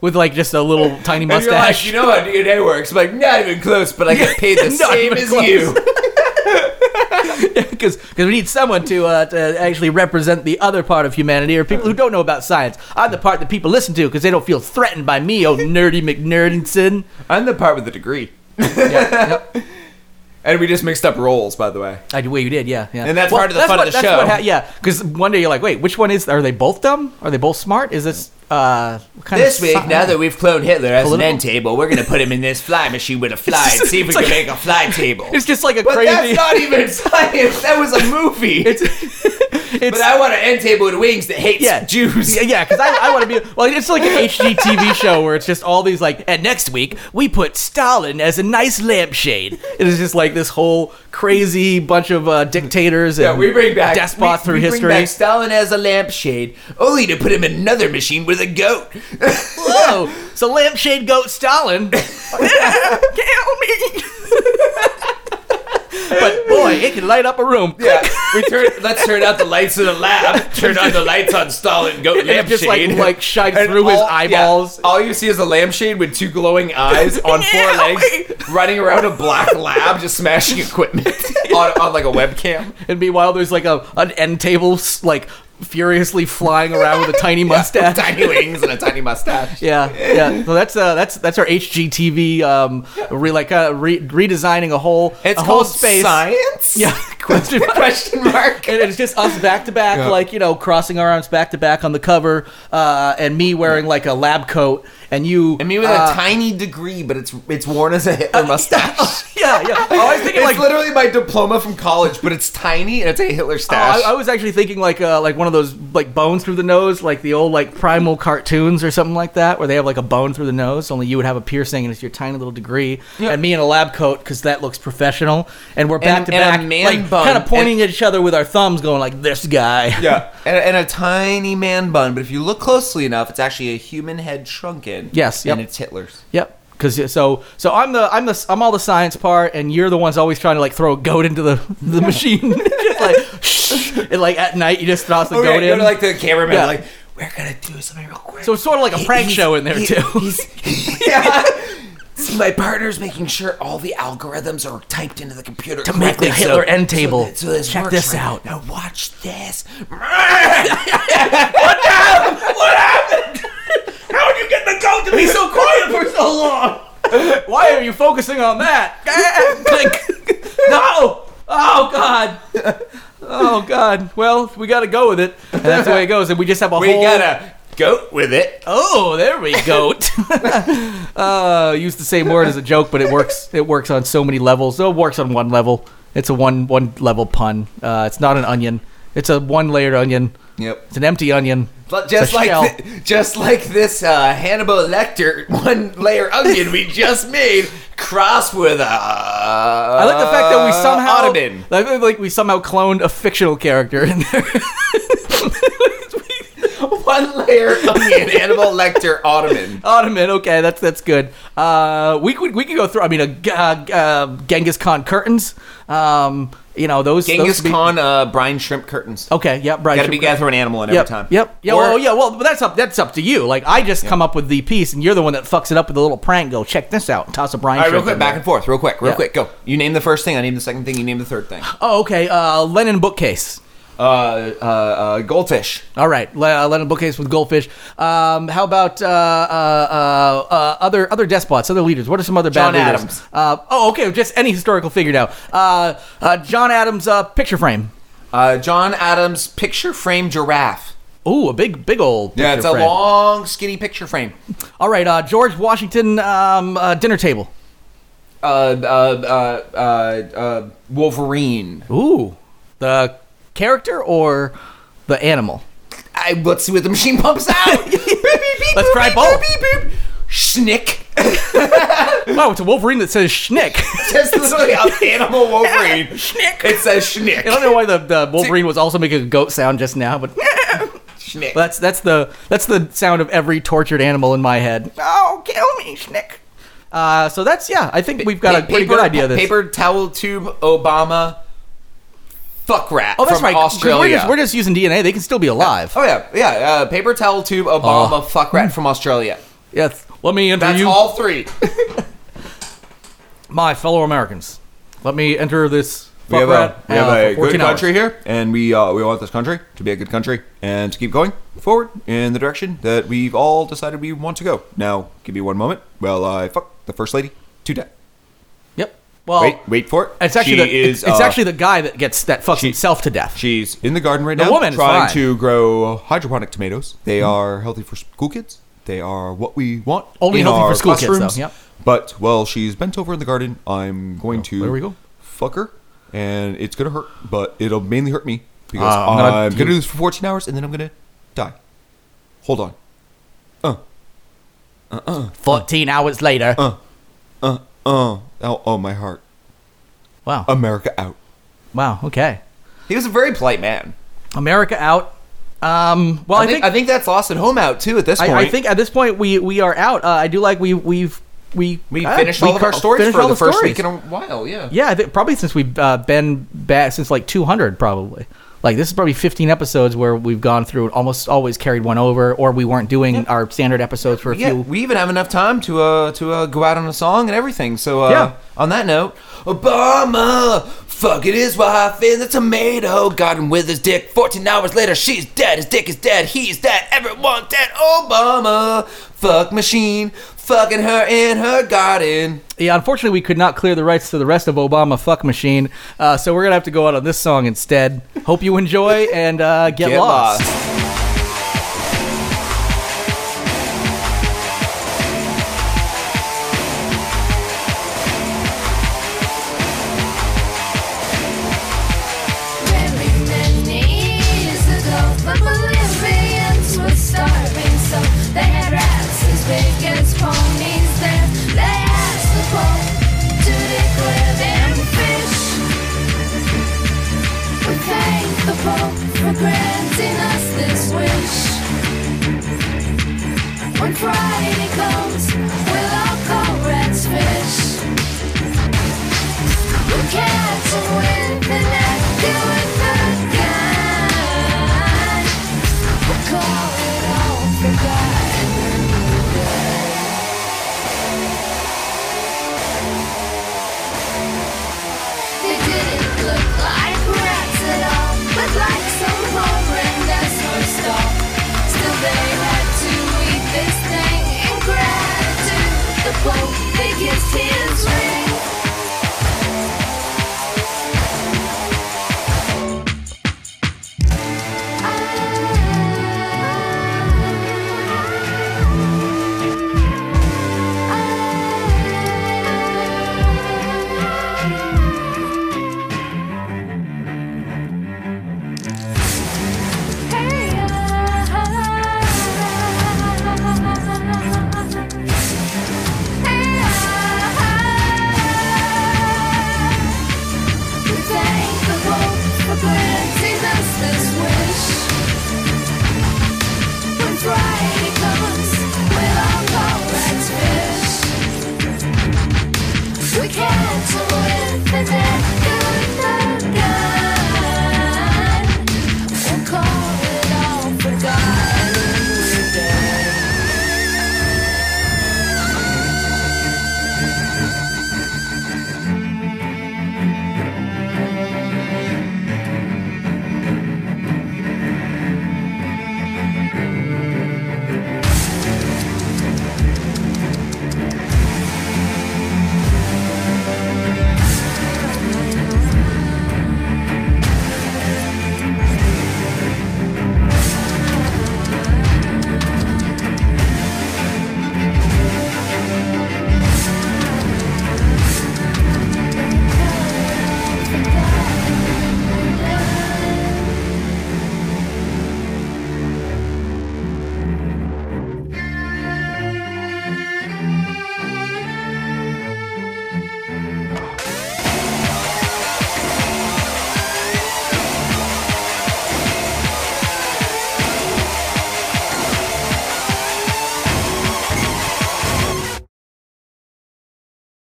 [SPEAKER 3] with like just a little tiny
[SPEAKER 2] And you're like,
[SPEAKER 3] mustache.
[SPEAKER 2] you know how DNA works. I'm like, not even close, but I get paid the
[SPEAKER 3] Not
[SPEAKER 2] same
[SPEAKER 3] even
[SPEAKER 2] as
[SPEAKER 3] close.
[SPEAKER 2] you.
[SPEAKER 3] because we need someone to uh, to actually represent the other part of humanity or people who don't know about science. I'm the part that people listen to because they don't feel threatened by me, oh nerdy McNerdinson.
[SPEAKER 2] I'm the part with the degree.
[SPEAKER 3] Yeah, yep.
[SPEAKER 2] And we just mixed up roles, by the way.
[SPEAKER 3] I well, you did, yeah, yeah.
[SPEAKER 2] And that's part of the fun of
[SPEAKER 3] what,
[SPEAKER 2] the
[SPEAKER 3] that's
[SPEAKER 2] show.
[SPEAKER 3] What ha- yeah, because one day you're like, wait, which one is? Are they both dumb? Are they both smart? Is this uh what kind
[SPEAKER 2] This
[SPEAKER 3] of
[SPEAKER 2] week,
[SPEAKER 3] sci-
[SPEAKER 2] now that we've cloned Hitler as
[SPEAKER 3] Political?
[SPEAKER 2] an end table, we're gonna put him in this fly machine with a fly
[SPEAKER 3] It's
[SPEAKER 2] and see if we
[SPEAKER 3] just-
[SPEAKER 2] can make
[SPEAKER 3] it's
[SPEAKER 2] a fly table.
[SPEAKER 3] it's just like a
[SPEAKER 2] but
[SPEAKER 3] crazy.
[SPEAKER 2] that's not even science. That was a movie.
[SPEAKER 3] it's,
[SPEAKER 2] but I want an end table with wings that hates
[SPEAKER 3] yeah,
[SPEAKER 2] Jews.
[SPEAKER 3] Yeah, yeah, because I, I want to be well. It's like an HGTV show where it's just all these like. And next week we put Stalin as a nice lampshade. It is just like this whole crazy bunch of uh, dictators and
[SPEAKER 2] Yeah, we bring back
[SPEAKER 3] despots
[SPEAKER 2] we-
[SPEAKER 3] through
[SPEAKER 2] we bring
[SPEAKER 3] history.
[SPEAKER 2] back Stalin as a lampshade, only to put him in another machine with a goat.
[SPEAKER 3] Whoa! So lampshade goat Stalin. Kill me. but boy, it can light up a room.
[SPEAKER 2] yeah, we turn. Let's turn out the lights in the lab. Turn on the lights on Stalin goat
[SPEAKER 3] It
[SPEAKER 2] lampshade.
[SPEAKER 3] just like like shine
[SPEAKER 2] And
[SPEAKER 3] through his
[SPEAKER 2] all- yeah,
[SPEAKER 3] eyeballs.
[SPEAKER 2] all you see is a lampshade with two glowing eyes on four
[SPEAKER 3] Ew.
[SPEAKER 2] legs, running around a black lab, just smashing equipment on, on like a webcam.
[SPEAKER 3] And meanwhile, there's like a an end table s- like furiously flying around with a tiny mustache.
[SPEAKER 2] tiny wings and a tiny mustache.
[SPEAKER 3] Yeah, yeah. So that's uh, that's that's our HGTV um, re- like uh, re- redesigning a whole
[SPEAKER 2] It's
[SPEAKER 3] a whole
[SPEAKER 2] called
[SPEAKER 3] space.
[SPEAKER 2] science.
[SPEAKER 3] Yeah, question mark.
[SPEAKER 2] Question mark.
[SPEAKER 3] And it's just us back to back,
[SPEAKER 2] Yeah.
[SPEAKER 3] like you know, crossing our arms back to back on the cover, uh, and me wearing like a lab coat, and you
[SPEAKER 2] I mean, with
[SPEAKER 3] uh,
[SPEAKER 2] a tiny degree, but it's it's worn as a Hitler mustache.
[SPEAKER 3] Yeah, yeah. Oh, I was thinking
[SPEAKER 2] it's
[SPEAKER 3] like
[SPEAKER 2] literally my diploma from college, but it's tiny and it's a Hitler
[SPEAKER 3] Oh,
[SPEAKER 2] stash.
[SPEAKER 3] I, I was actually thinking like uh, like one of those like bones through the nose, like the old like primal cartoons or something like that, where they have like a bone through the nose. Only you would have a piercing, and it's your tiny little degree. And me in a lab coat because that looks professional. And we're back to
[SPEAKER 2] and a
[SPEAKER 3] back,
[SPEAKER 2] man
[SPEAKER 3] like
[SPEAKER 2] bun.
[SPEAKER 3] kind of pointing at each other with our thumbs, going like this guy.
[SPEAKER 2] yeah, and, and a tiny man bun, but if you look closely enough, it's actually a human head shrunken.
[SPEAKER 3] Yes, yep.
[SPEAKER 2] and it's Hitler's.
[SPEAKER 3] Yep. Cause so so I'm the I'm the I'm all the science part, and you're the ones always trying to like throw a goat into the the machine, just like shh, and like at night you just toss the goat in.
[SPEAKER 2] Oh, go to like the cameraman,
[SPEAKER 3] Yeah.
[SPEAKER 2] like we're gonna do something real quick.
[SPEAKER 3] so it's sort of like a prank
[SPEAKER 2] he's-
[SPEAKER 3] show in there
[SPEAKER 2] he-
[SPEAKER 3] too.
[SPEAKER 2] yeah. See, my partner's making sure all the algorithms are typed into the computer to
[SPEAKER 3] make the Hitler end table.
[SPEAKER 2] So, this
[SPEAKER 3] Check
[SPEAKER 2] works
[SPEAKER 3] this
[SPEAKER 2] right.
[SPEAKER 3] out.
[SPEAKER 2] Now watch this. what happened? What happened? How did you get the goat to be so quiet for so long?
[SPEAKER 3] Why are you focusing on that? Like, no! Oh god! Oh god! Well, we gotta go with it, and that's the way it goes. And we just have a
[SPEAKER 2] We
[SPEAKER 3] whole.
[SPEAKER 2] got a goat with it.
[SPEAKER 3] oh, there we go. uh, use the same word as a joke, but it works. It works on so many levels. It works on one level. It's a one one level pun. Uh, it's not an onion. It's a one layered onion.
[SPEAKER 2] Yep.
[SPEAKER 3] It's an empty onion.
[SPEAKER 2] But
[SPEAKER 3] It's a
[SPEAKER 2] Just
[SPEAKER 3] shell.
[SPEAKER 2] like thi- just like this uh, Hannibal Lecter one layer onion we just made cross with a. I
[SPEAKER 3] I like the fact that we somehow
[SPEAKER 2] Uh, Ottoman.
[SPEAKER 3] I feel like we somehow cloned a fictional character in there.
[SPEAKER 2] One layer onion, Hannibal Lecter, Ottoman.
[SPEAKER 3] Ottoman. Okay, that's that's good. Uh, we could we could go through. I mean, a g- uh, uh, Genghis Khan curtains. Um, you know those. those
[SPEAKER 2] Genghis
[SPEAKER 3] could be- Oh,
[SPEAKER 2] Khan, uh, brine shrimp curtains.
[SPEAKER 3] Okay. Yeah. Right.
[SPEAKER 2] Gotta be gotta throw an animal in
[SPEAKER 3] Yep.
[SPEAKER 2] every time.
[SPEAKER 3] Yep. Yeah.
[SPEAKER 2] Or-
[SPEAKER 3] well, yeah. Well, but that's up. That's up to you. Like I just come up with the piece, and you're the one that fucks it up with a little prank. Go check this out. Toss a brine.
[SPEAKER 2] All right, real
[SPEAKER 3] shrimp
[SPEAKER 2] quick,
[SPEAKER 3] in
[SPEAKER 2] back
[SPEAKER 3] there.
[SPEAKER 2] and forth, real quick, real
[SPEAKER 3] Yeah.
[SPEAKER 2] quick. Go. You name the first thing. I name the second thing. You name the third thing.
[SPEAKER 3] Oh, okay. Uh, Lennon bookcase.
[SPEAKER 2] Uh, uh, uh, goldfish.
[SPEAKER 3] All right, Le- uh, Lennon bookcase with goldfish. Um, how about uh, uh, uh, uh, other other despots, other leaders? What are some other
[SPEAKER 2] John
[SPEAKER 3] bad leaders?
[SPEAKER 2] Adams.
[SPEAKER 3] Uh, oh, okay, just any historical figure now. Uh, uh, John Adams uh, picture frame.
[SPEAKER 2] Uh, John Adams picture frame giraffe.
[SPEAKER 3] Ooh, a big big old.
[SPEAKER 2] Yeah,
[SPEAKER 3] picture
[SPEAKER 2] it's a
[SPEAKER 3] frame.
[SPEAKER 2] long, skinny picture frame.
[SPEAKER 3] All right, uh, George Washington um, uh, dinner table.
[SPEAKER 2] Uh, uh, uh, uh, uh, Wolverine.
[SPEAKER 3] Ooh, the character or the animal?
[SPEAKER 2] I, let's see what the machine pumps out. beep, beep, beep,
[SPEAKER 3] Let's
[SPEAKER 2] boop,
[SPEAKER 3] try
[SPEAKER 2] beep,
[SPEAKER 3] both.
[SPEAKER 2] Beep, beep, beep. Schnick.
[SPEAKER 3] Wow, it's a Wolverine that says schnick.
[SPEAKER 2] Just literally a animal Wolverine. schnick. It says schnick.
[SPEAKER 3] I don't know why the, the Wolverine was also making a goat sound just now, but.
[SPEAKER 2] Schnick.
[SPEAKER 3] Well, that's that's the that's the sound of every tortured animal in my head. Oh, kill me, Schnick. Uh, so that's yeah. I think we've got a
[SPEAKER 2] Pa-
[SPEAKER 3] pretty good idea. Of this.
[SPEAKER 2] Paper towel tube Obama fuck rat
[SPEAKER 3] Oh, that's
[SPEAKER 2] from
[SPEAKER 3] right. 'cause
[SPEAKER 2] Australia.
[SPEAKER 3] We're just, we're just using DNA. They can still be alive.
[SPEAKER 2] oh yeah, yeah. Uh, paper towel tube Obama
[SPEAKER 3] Oh.
[SPEAKER 2] fuck rat from Australia.
[SPEAKER 3] Yes. Let me enter
[SPEAKER 2] That's
[SPEAKER 3] you,
[SPEAKER 2] all three.
[SPEAKER 3] my fellow Americans. Let me enter this. Fuck rat, uh, for 14 hours.
[SPEAKER 2] here, and we uh, we want this country to be a good country and to keep going forward in the direction that we've all decided we want to go. Now, give me one moment. Well, I fuck the first lady to death.
[SPEAKER 3] Yep. Well,
[SPEAKER 2] wait for it.
[SPEAKER 3] it's actually
[SPEAKER 2] She
[SPEAKER 3] the, it's,
[SPEAKER 2] is,
[SPEAKER 3] it's
[SPEAKER 2] uh,
[SPEAKER 3] actually the guy that gets that fucks
[SPEAKER 2] she-
[SPEAKER 3] himself to death.
[SPEAKER 2] She's in the garden right
[SPEAKER 3] The
[SPEAKER 2] now,
[SPEAKER 3] woman is
[SPEAKER 2] trying
[SPEAKER 3] fine. Mm-hmm.
[SPEAKER 2] to grow hydroponic tomatoes. They are healthy for school kids. They are what we want.
[SPEAKER 3] Only
[SPEAKER 2] in
[SPEAKER 3] healthy for
[SPEAKER 2] our
[SPEAKER 3] school kids, though.
[SPEAKER 2] classrooms.
[SPEAKER 3] Yep. Oh,
[SPEAKER 2] But while she's bent over in the garden, I'm going to
[SPEAKER 3] there we go.
[SPEAKER 2] fuck her, and it's gonna hurt, but it'll mainly hurt me because
[SPEAKER 3] Uh, I'm
[SPEAKER 2] I'm,
[SPEAKER 3] gonna-
[SPEAKER 2] gonna, do this for 14 hours and then I'm gonna die. Hold on.
[SPEAKER 3] 14 hours later.
[SPEAKER 2] Uh, Oh, oh, oh, my heart.
[SPEAKER 3] wow.
[SPEAKER 2] America out.
[SPEAKER 3] wow. Okay.
[SPEAKER 2] He was a very polite man.
[SPEAKER 3] America out. Um, well,
[SPEAKER 2] I, think, I think that's lost at home out too at this point.
[SPEAKER 3] I, I think at this point we we are out. Uh, I do like we we've we
[SPEAKER 2] we
[SPEAKER 3] uh,
[SPEAKER 2] finished
[SPEAKER 3] we
[SPEAKER 2] all of our
[SPEAKER 3] cur-
[SPEAKER 2] stories
[SPEAKER 3] finished
[SPEAKER 2] for
[SPEAKER 3] all
[SPEAKER 2] the first
[SPEAKER 3] stories.
[SPEAKER 2] week in a while. Yeah.
[SPEAKER 3] yeah, I think probably since we've uh, been back since like 200 probably. Like this is probably 15 episodes where we've gone through and almost always carried one over, or we weren't doing our standard episodes for a
[SPEAKER 2] Yeah,
[SPEAKER 3] few.
[SPEAKER 2] we even have enough time to uh to uh, go out on a song and everything. So uh,
[SPEAKER 3] Yeah.
[SPEAKER 2] on that note, Obama fuck it his wife in the tomato, got him with his dick. Fourteen hours later, she's dead. His dick is dead. He's dead. Everyone dead. Obama fuck machine, fucking her in her garden.
[SPEAKER 3] Yeah, unfortunately, we could not clear the rights to the rest of Obama Fuck Machine, uh, so we're gonna have to go out on this song instead. Hope you enjoy and uh, get,
[SPEAKER 2] Get
[SPEAKER 3] lost.
[SPEAKER 2] lost.